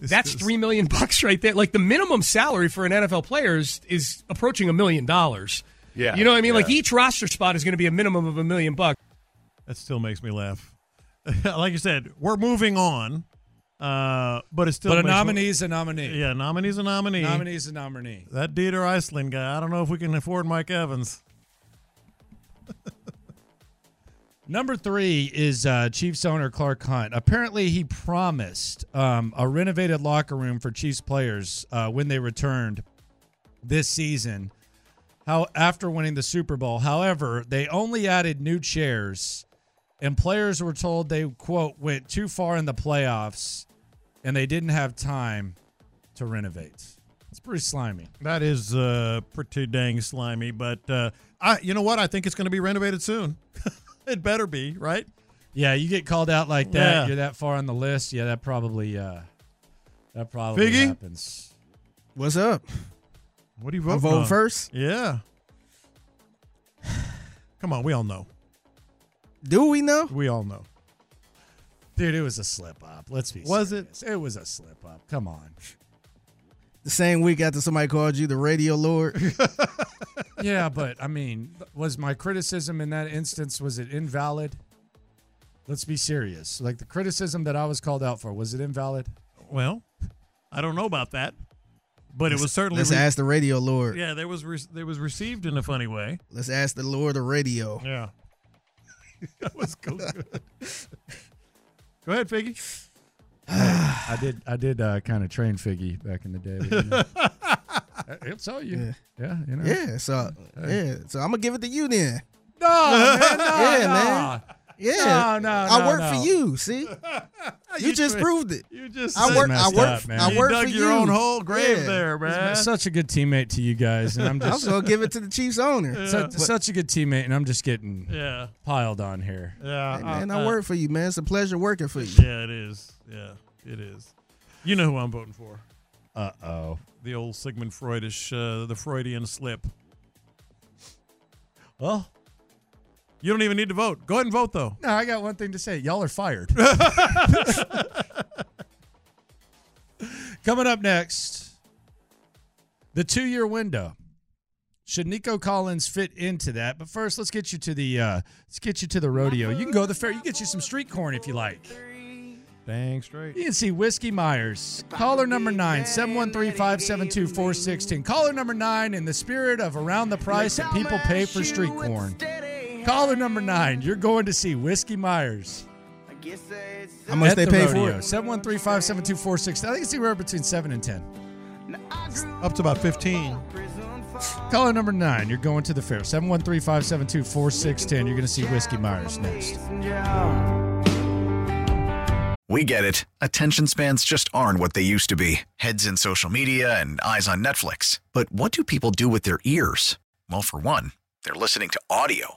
S16: that's three million bucks right there. Like the minimum salary for an NFL player is, is approaching a million dollars.
S4: Yeah,
S16: you know what I mean. Like
S4: yeah.
S16: each roster spot is going to be a minimum of a million bucks.
S4: That still makes me laugh. like you said, we're moving on. Uh, but it's still
S3: But a
S4: makes me-
S3: nominee's a nominee.
S4: Yeah, nominee's a nominee.
S3: Nominee's a nominee.
S4: That Dieter Iceland guy, I don't know if we can afford Mike Evans.
S3: Number three is uh, Chiefs owner Clark Hunt. Apparently, he promised um, a renovated locker room for Chiefs players uh, when they returned this season. How after winning the Super Bowl, however, they only added new chairs, and players were told they quote went too far in the playoffs, and they didn't have time to renovate. It's pretty slimy.
S4: That is uh, pretty dang slimy, but uh, I, you know what? I think it's going to be renovated soon. it better be, right?
S3: Yeah, you get called out like that.
S4: Yeah.
S3: You're that far on the list. Yeah, that probably uh that probably
S4: Figgy?
S3: happens.
S6: What's up?
S4: What do you
S6: I
S4: vote?
S6: vote first.
S4: Yeah. Come on, we all know.
S6: Do we know?
S4: We all know.
S3: Dude, it was a slip up. Let's be
S6: Was
S3: it? It was a slip up. Come on.
S6: The same week after somebody called you the radio lord.
S3: yeah, but I mean, was my criticism in that instance was it invalid? Let's be serious. Like the criticism that I was called out for, was it invalid?
S4: Well, I don't know about that, but it
S6: Let's-
S4: was certainly.
S6: let's ask the radio lord.
S4: Yeah, there was re- there was received in a funny way.
S6: Let's ask the lord of radio.
S4: Yeah. that was so good. Go ahead, Figgy.
S3: I did I did uh, kind of train Figgy back in the day. but, you know. Uh, He'll tell you. Yeah, you know.
S6: Yeah, so
S3: Hey.
S6: yeah, so I'm gonna give it to you then.
S3: No, man, no,
S6: yeah,
S3: no.
S6: man. Yeah,
S3: No, no,
S6: I
S3: no,
S6: work
S3: no.
S6: for you. See, you, just
S4: tra-
S6: proved it.
S4: You just
S6: I
S4: said-
S6: work. I
S3: Messed
S6: work.
S3: up, man.
S6: I
S3: You
S6: work
S4: dug
S6: for
S4: your
S6: you.
S4: own whole grave
S6: Yeah.
S4: there, man.
S3: Such a good teammate to you guys, and I'm
S6: I was
S3: just
S6: gonna give it to the Chiefs owner.
S3: such, such a good teammate, and I'm just getting
S4: Yeah.
S3: piled on here.
S4: Yeah.
S6: Hey, man,
S3: uh,
S6: I work for you, man. It's a pleasure working for you.
S4: Yeah, it is. Yeah, it is. You know who I'm voting for.
S3: Uh oh.
S4: The old Sigmund Freudish, uh, the Freudian slip.
S3: Well,
S4: you don't even need to vote. Go ahead and vote, though.
S3: No, I got one thing to say. Y'all are fired. Coming up next, the two-year window. Should Nico Collins fit into that? But first, let's get you to the uh, let's get you to the rodeo. You can go to the fair. You can get you some street corn if you like.
S4: Dang straight.
S3: You can see Whiskey Myers. Caller number nine, 713 572 4610. Caller number nine, in the spirit of around the price that people pay for street corn. Caller number nine, you're going to see Whiskey Myers.
S6: How much they pay for it?
S3: 713 572 4610. I think it's anywhere between 7 and 10.
S4: Up to about 15.
S3: Caller number nine, you're going to the fair. 713 572 4610. You're going to see Whiskey Myers next.
S17: We get it. Attention spans just aren't what they used to be heads in social media and eyes on Netflix. But what do people do with their ears? Well, for one, they're listening to audio.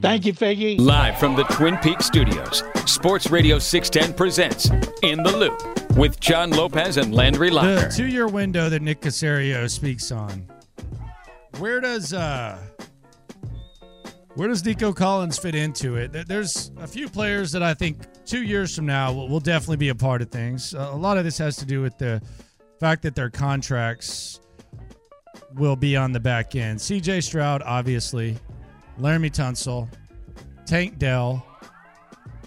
S2: Thank you, Figgy. Live from the Twin Peaks studios, Sports Radio 610 presents In the Loop with John Lopez and Landry
S3: The
S2: Locker.
S3: two year window that Nick Casario speaks on. Where does uh where does Nico Collins fit into it? There- There's a few players that I think two years from now will, will definitely be a part of things. A a lot of this has to do with the fact that their contracts will be on the back end. CJ Stroud, obviously, Laramie Tunsil, Tank Dell,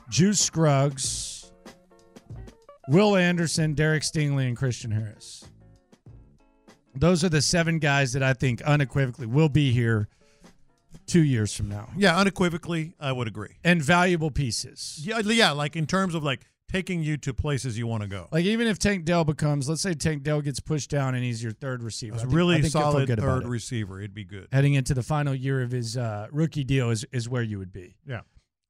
S3: Juice Scruggs, Will Anderson, Derek Stingley, and Christian Harris. Those are the seven guys that I think unequivocally will be here two years from now.
S4: Yeah, unequivocally, I would agree.
S3: And valuable pieces.
S4: Yeah, yeah, like in terms of like taking you to places you want to go.
S3: Like even if Tank Dell becomes, let's say Tank Dell gets pushed down and he's your third receiver.
S4: It's
S3: I think- I
S4: really
S3: think you'll feel
S4: solid
S3: good about
S4: third
S3: it.
S4: receiver. It'd be good.
S3: Heading into the final year of his uh, rookie deal is is where you would be.
S4: Yeah.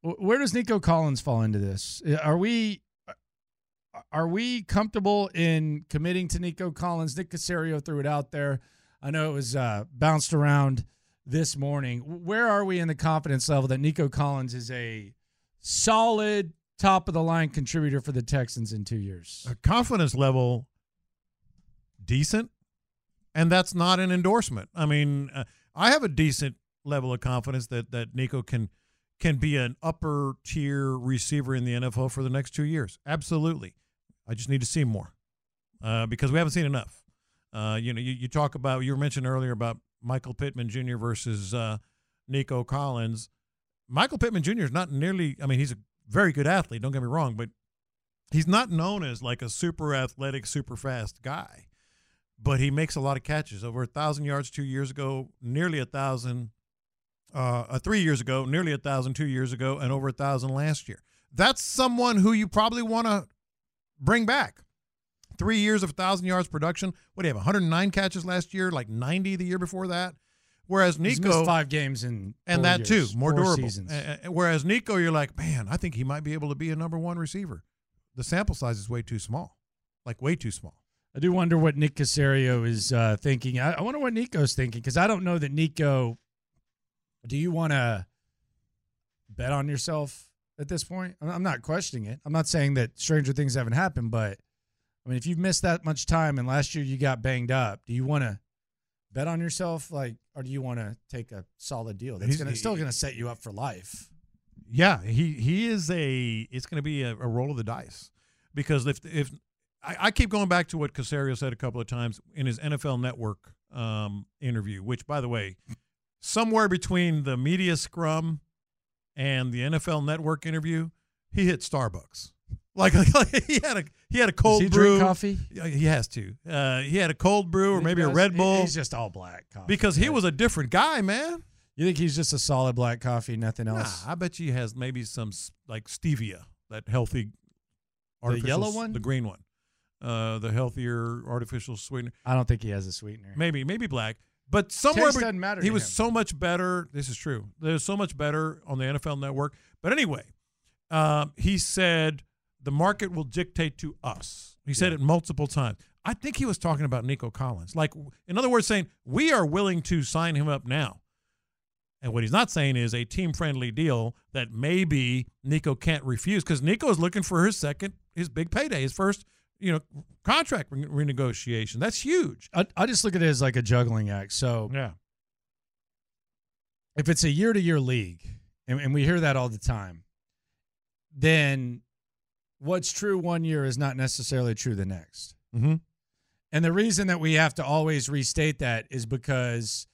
S3: W- Where does Nico Collins fall into this? Are we are we comfortable in committing to Nico Collins? Nick Casario threw it out there. I know it was uh, bounced around this morning. Where are we in the confidence level that Nico Collins is a solid top of the line contributor for the Texans in two years?
S4: A confidence level decent, and that's not an endorsement. I mean, uh, I have a decent level of confidence that that Nico can can be an upper tier receiver in the NFL for the next two years. Absolutely, I just need to see more uh, because we haven't seen enough. Uh, you know, you, you talk about you were mentioned earlier about Michael Pittman Jr. versus uh, Nico Collins. Michael Pittman Jr. is not nearly. I mean, he's a very good athlete. Don't get me wrong, but he's not known as like a super athletic, super fast guy, but he makes a lot of catches. Over a thousand yards two years ago, nearly a thousand, uh, uh, three years ago, nearly a thousand two years ago, and over a thousand last year. That's someone who you probably want to bring back. Three years of thousand yards production. What do you have? 109 catches last year, like 90 the year before that. Whereas
S3: He's
S4: Nico
S3: missed five games in
S4: and
S3: four
S4: that
S3: years,
S4: too more
S3: four
S4: durable.
S3: seasons.
S4: A- a- Whereas Nico, you're like, man, I think he might be able to be a number one receiver. The sample size is way too small, like way too small.
S3: I do wonder what Nick Casario is uh, thinking. I, I wonder what Nico's thinking because I don't know that Nico. Do you want to bet on yourself at this point? I'm- I'm not questioning it. I'm not saying that stranger things haven't happened, but I mean, if you've missed that much time and last year you got banged up, do you want to bet on yourself, like, or do you want to take a solid deal that's
S4: He's-
S3: gonna, still going to set you up for life?
S4: Yeah, he he is a. It's going to be a, a roll of the dice because if if I, I keep going back to what Casario said a couple of times in his NFL Network um, interview, which by the way, somewhere between the media scrum and the NFL Network interview, he hit Starbucks. Like, like he had a he had a cold
S3: he
S4: brew
S3: drink coffee?
S4: Yeah, He has to. Uh, he had a cold brew or
S3: He
S4: maybe a
S3: does-
S4: Red
S3: he-
S4: Bull.
S3: He's just all black coffee.
S4: because he was a different guy, man.
S3: You think he's just a solid black coffee, nothing
S4: Nah,
S3: else?
S4: I bet he has maybe some s- like stevia, that healthy,
S3: The
S4: artificial
S3: yellow
S4: s-
S3: one?
S4: the green one, uh, the healthier artificial sweetener.
S3: I don't think he has a sweetener.
S4: Maybe maybe black, but somewhere
S3: Taste doesn't matter
S4: He
S3: to
S4: was
S3: him.
S4: so much better. This is true. There's so much better on the NFL Network. But anyway, um, he said the market will dictate to us. He said it multiple times. I think he was talking about Nico Collins. Like, in other words, saying we are willing to sign him up now. And what he's not saying is a team friendly deal that maybe Nico can't refuse because Nico is looking for his second, his big payday, his first, you know, contract re- renegotiation. That's huge.
S3: I, I just look at it as like a juggling act. So
S4: yeah,
S3: if it's a year to year league and, and we hear that all the time, then what's true one year is not necessarily true the next.
S4: Mm-hmm.
S3: And the reason that we have to always restate that is because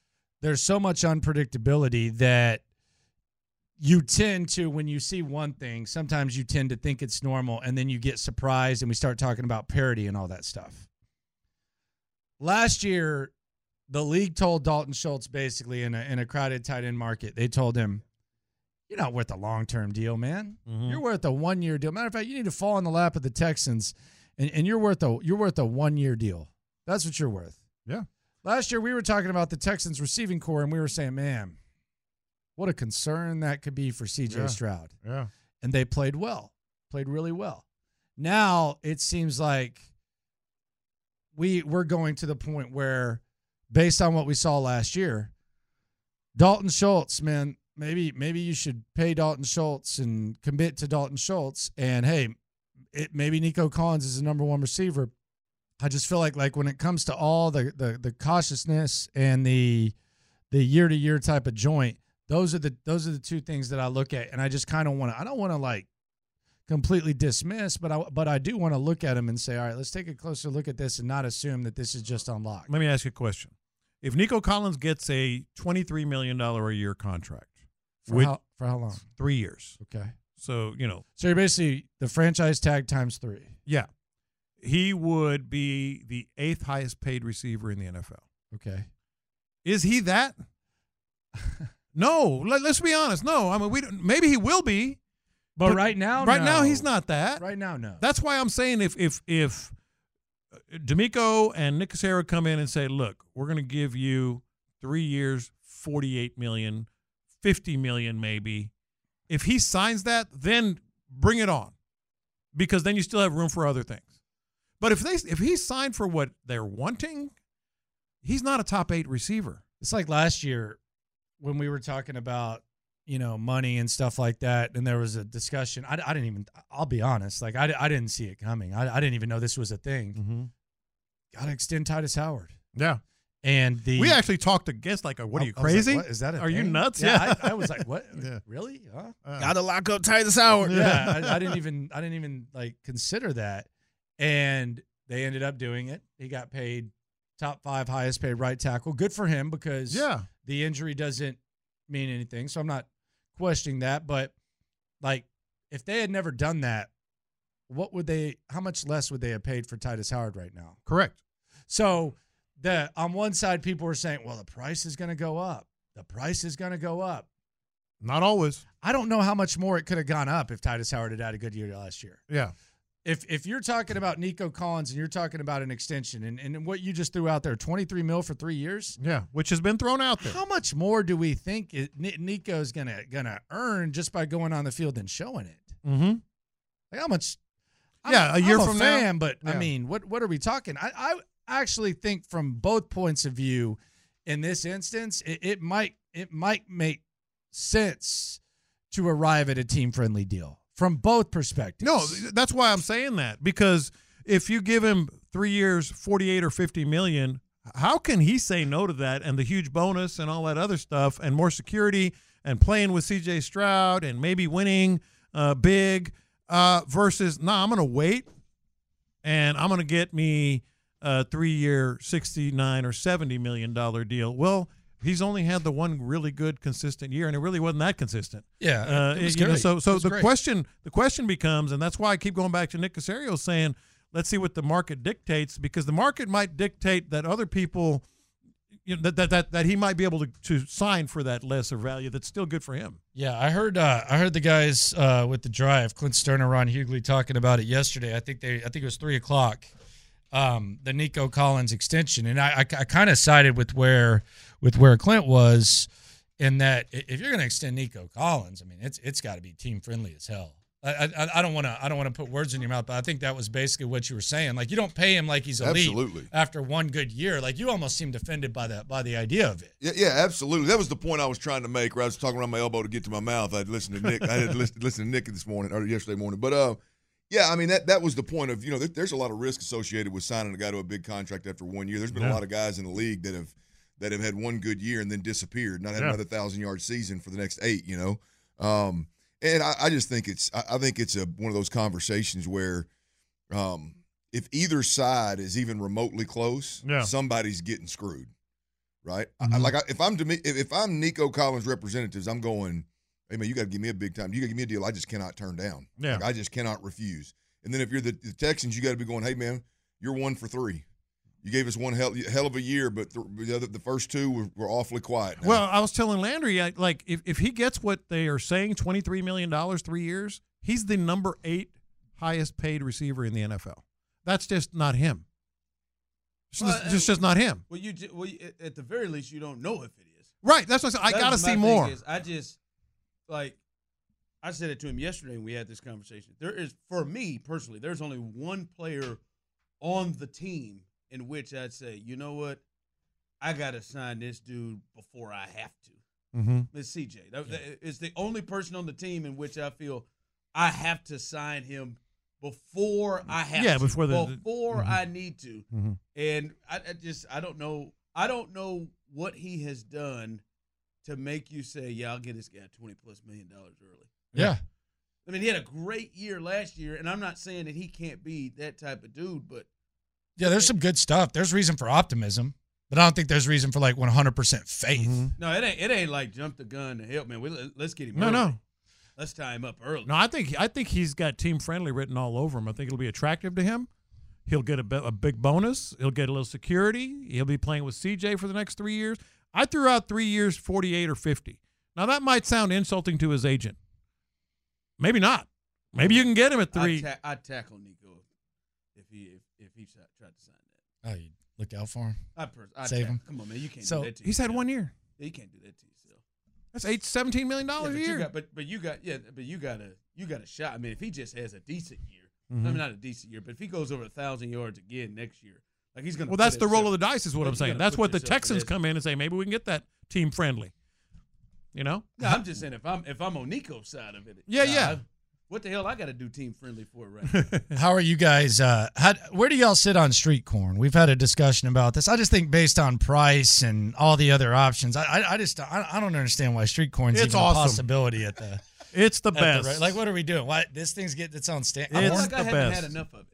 S3: there's so much unpredictability that you tend to, when you see one thing, sometimes you tend to think it's normal and then you get surprised and we start talking about parody and all that stuff. Last year, the league told Dalton Schultz basically in a, in a crowded tight end market, they told him, You're not worth a long term deal, man.
S4: Mm-hmm.
S3: You're worth a one year deal. Matter of fact, you need to fall in the lap of the Texans and, and you're worth a you're worth a one year deal. That's what you're worth.
S4: Yeah.
S3: Last year we were talking about the Texans receiving core and we were saying, man, what a concern that could be for CJ
S4: Yeah.
S3: Stroud.
S4: Yeah.
S3: And they played well, played really well. Now it seems like we we're going to the point where, based on what we saw last year, Dalton Schultz, man, maybe maybe you should pay Dalton Schultz and commit to Dalton Schultz. And hey, it maybe Nico Collins is the number one receiver. I just feel like like when it comes to all the the, the cautiousness and the the year to year type of joint, those are the those are the two things that I look at, and I just kind of want to. I don't want to like completely dismiss, but I but I do want to look at them and say, all right, let's take a closer look at this and not assume that this is just unlocked.
S4: Let me ask you a question. If Nico Collins gets a $23 million a year contract,
S3: For how- for how long?
S4: Three years.
S3: Okay.
S4: So, you know,
S3: So you're basically the franchise tag times three.
S4: yeah, he would be the eighth highest paid receiver in the NFL.
S3: Okay.
S4: Is he that? no. Let, let's be honest. No. I mean, we don't, maybe he will be.
S3: But right now,
S4: right now
S3: no.
S4: he's not that.
S3: Right now, no.
S4: That's why I'm saying if if if uh, D'Amico and Nick Casera come in and say, "Look, we're going to give you three years, 48 million, 50 million, maybe," if he signs that, then bring it on, because then you still have room for other things. But if they if he's signed for what they're wanting, he's not a top eight receiver.
S3: It's like last year when we were talking about you know money and stuff like that, and there was a discussion. I, I didn't even. I'll be honest. Like I, I didn't see it coming. I, I didn't even know this was a thing. Got to extend Titus Howard.
S4: Mm-hmm. Yeah.
S3: And the
S4: we actually talked against like, a, "What are
S3: I-
S4: you
S3: I was like,
S4: crazy?
S3: what? Is that a
S4: are you
S3: thing?
S4: nuts?" Uh.
S3: Yeah, I- I was like, "What? Really? Huh?
S6: Gotta lock up Titus Howard.
S3: Yeah, I, I didn't even I didn't even like consider that, and they ended up doing it. He got paid top five highest paid right tackle. Good for him because
S4: Yeah.
S3: the injury doesn't mean anything. So I'm not questioning that, but like if they had never done that, what would they? How much less would they have paid for Titus Howard right now?
S4: Correct.
S3: So the on one side, people are saying, "Well, the price is going to go up. The price is going to go up."
S4: Not always.
S3: I don't know how much more it could have gone up if Titus Howard had had a good year last year.
S4: Yeah.
S3: If if you're talking about Nico Collins and you're talking about an extension and, and what you just threw out there, 23 mil for three years.
S4: Yeah, which has been thrown out there.
S3: How much more do we think it, Ni- Nico's gonna gonna earn just by going on the field and showing it?
S4: Mm-hmm.
S3: Like how much?
S4: Yeah, a year
S3: I'm
S4: from now.
S3: fan, But I
S4: Yeah.
S3: mean, what what are we talking? I, I actually think from both points of view, in this instance, it, it might it might make sense to arrive at a team friendly deal from both perspectives.
S4: No, th- that's why I'm saying that because if you give him three years, 48 or 50 million, how can he say no to that and the huge bonus and all that other stuff and more security and playing with CJ Stroud and maybe winning uh, big uh, versus, nah, I'm going to wait and I'm going to get me a three year, 69 or 70 million dollar deal. Well, He's only had the one really good, consistent year, and it really wasn't that consistent.
S3: Yeah,
S4: uh,
S3: it was
S4: you know,
S3: great.
S4: so
S3: It
S4: so
S3: was
S4: the
S3: great.
S4: question question the question becomes, and that's why I keep going back to Nick Casario saying, let's see what the market dictates, because the market might dictate that other people you know, that, that that that he might be able to, to sign for that lesser value that's still good for him.
S3: Yeah, I heard. Uh, I heard the guys uh, with the drive, Clint Sterner, Ron Hughley, talking about it yesterday. I think they. I think it was three o'clock. Um, the Nico Collins extension, and I, I, I kind of sided with where with where Clint was, in that i- if you're going to extend Nico Collins, I mean, it's it's got to be team friendly as hell. I, I, I don't want to I don't want to put words in your mouth, but I think that was basically what you were saying. Like you don't pay him like he's elite
S18: Absolutely.
S3: after one good year. Like you almost seemed offended by that by the idea of it.
S18: Yeah, yeah, absolutely. That was the point I was trying to make. Where I was talking around my elbow to get to my mouth. I would listened to Nick. I had listened, listened to Nick this morning or yesterday morning. But uh, yeah, I mean that that was the point of you know there, there's a lot of risk associated with signing a guy to a big contract after one year. There's been
S7: Yeah.
S18: a lot of guys in the league that have that have had one good year and then disappeared, not had
S7: Yeah.
S18: another thousand yard season for the next eight. You know, Um, and I, I just think it's I, I think it's a one of those conversations where um, if either side is even remotely close,
S4: Yeah.
S18: somebody's getting screwed, right? I- I, like I, if I'm Demi- if, if I'm Nico Collins representatives, I'm going. Hey man, you got to give me a big time. You got to give me a deal. I just cannot turn down.
S4: Yeah.
S18: Like, I just cannot refuse. And then if you're the, the Texans, you got to be going. Hey man, you're one for three. You gave us one hell, hell of a year, but the, the, other, the first two were, were awfully quiet. Now,
S4: Well, I was telling Landry, I, like if, if he gets what they are saying, twenty three million dollars, three years, he's the number eight highest paid receiver in the NFL. That's just not him. It's just, it's just not him.
S19: Well, you ju- well, you- at- at the very least, you don't know if it is.
S4: Right, that's what I said, I
S19: That's
S4: gotta
S19: my
S4: see
S19: thing
S4: more.
S19: is, I just like I said it to him yesterday, and we had this conversation. There is, for me personally, there's only one player on the team in which I'd say, you know what, I gotta sign this dude before I have to.
S4: Mhm.
S19: It's CJ. That, that- It's the only person on the team in which I feel I have to sign him
S4: Mm-hmm.
S19: before I have
S4: Yeah,
S19: to,
S4: before the- the-
S19: before
S4: mhm.
S19: I need to.
S4: Mhm.
S19: And I, I just I don't know I don't know what he has done to make you say, "Yeah, I'll get this guy twenty plus million dollars early."
S3: Yeah.
S19: I mean, he had a great year last year, and I'm not saying that he can't be that type of dude, but
S3: Yeah, there's some good stuff. There's reason for optimism, but I don't think there's reason for like 100% faith.
S19: no, it ain't it ain't like jump the gun to help man. We let- let's get him.
S4: No,
S19: early.
S4: no.
S19: Let's tie him up early.
S4: No, I think I think he's got team friendly written all over him. I think it'll be attractive to him. He'll get a, bi- a big bonus. He'll get a little security. He'll be playing with CJ for the next three years. I threw out three years, forty-eight or fifty. Now that might sound insulting to his agent. Maybe not. Maybe you can get him at
S19: I
S4: three.
S19: ta- I tackle Nico if he if, if he tried tried to sign
S3: Oh, you look out for him.
S19: that. I pers- I
S3: Save
S19: ta-
S3: him.
S19: Come on, man, you can't.
S4: So,
S19: do that to
S4: he's had
S19: yourself.
S4: one year.
S19: Yeah, you can't do that to yourself.
S4: That's eight, seventeen million
S19: Yeah,
S4: dollars
S19: but
S4: a
S19: You
S4: year.
S19: got, but but you got yeah, but you got a you got a shot. I mean, if he just has a decent year, I
S4: Mhm.
S19: mean not a decent year, but if he goes over a thousand yards again next year, like he's gonna.
S4: well,
S19: put
S4: that's the roll
S19: himself-
S4: of the dice, is what
S19: like,
S4: I'm
S19: he's
S4: saying.
S19: gonna
S4: That's
S19: put
S4: what the
S19: himself in
S4: Texans
S19: that-
S4: come in and say. Maybe we can get that team friendly. You know.
S19: No, I'm just saying if I'm if I'm on Nico's side of it.
S4: Yeah,
S19: nah,
S4: yeah.
S19: I- what the hell I got to do team friendly for right? now?
S3: How are you guys? Uh, how, where do y'all sit on street corn? We've had a discussion about this. I just think based on price and all the other options, I I, I just I, I don't understand why street corn's
S4: It's
S3: even
S4: awesome.
S3: a possibility at the.
S4: It's the
S3: at
S4: best.
S3: rate. like, what are we doing? Why this thing's getting its own stand?
S4: It's
S3: I'm-
S4: the I haven't had best.
S19: enough of it.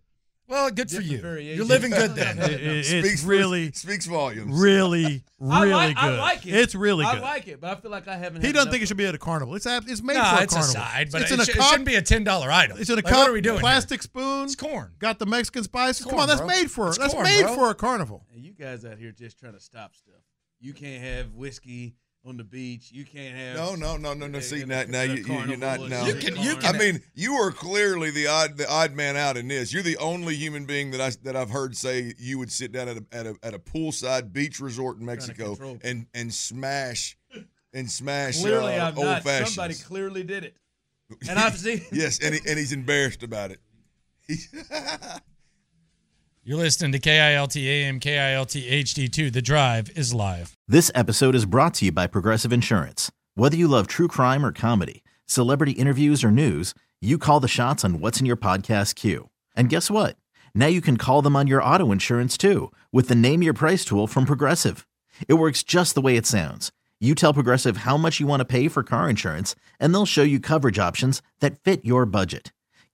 S3: Well, good for
S19: Different
S3: you. You're
S19: variations.
S3: living good then.
S4: It- it-
S18: Speaks
S4: it's
S18: for-
S4: really
S18: speaks volumes.
S4: Really,
S19: I
S4: really
S19: like,
S4: good.
S19: I like it.
S4: It's really
S19: I
S4: good.
S19: like it, but I feel like I haven't.
S4: he
S19: had
S4: doesn't
S19: enough
S4: think it
S19: of
S4: should be at a carnival. It's ab- it's made
S3: Nah,
S4: for a
S3: it's a
S4: carnival.
S3: side, but
S4: it's
S3: it
S4: in a
S3: sh- it
S4: cup.
S3: shouldn't be a $10 item.
S4: It's in a
S3: Like,
S4: cup.
S3: what are we doing here?
S4: Plastic spoon. It's
S3: corn.
S4: Got the Mexican spices. Come
S3: corn,
S4: on, that's
S3: bro.
S4: made for
S3: It's
S4: that's
S3: corn,
S4: made
S3: bro.
S4: for a carnival.
S19: And you guys out here just trying to stop stuff. You can't have whiskey on the beach. You can't have
S18: No, no, no, no, no.
S19: Yeah,
S18: See,
S19: yeah,
S18: now,
S19: yeah,
S18: now
S19: yeah,
S18: you, you, you're
S19: carnival
S18: not.
S19: was-
S18: Now,
S19: You can- you
S18: I
S19: can-
S18: mean, you are clearly the odd, the odd man out in this. You're the only human being that I that I've heard say you would sit down at a at a, at a poolside beach resort in Mexico and and smash, and smash.
S19: Clearly,
S18: uh,
S19: I'm
S18: old
S19: not.
S18: fashions.
S19: Somebody clearly did it, and I've seen.
S18: yes, and he, and he's embarrassed about it.
S3: You're listening to KILT AM KILT HD2. The drive is live.
S1: This episode is brought to you by Progressive Insurance. Whether you love true crime or comedy, celebrity interviews or news, you call the shots on what's in your podcast queue. And guess what? Now you can call them on your auto insurance too with the Name Your Price tool from Progressive. It works just the way it sounds. You tell Progressive how much you want to pay for car insurance, and they'll show you coverage options that fit your budget.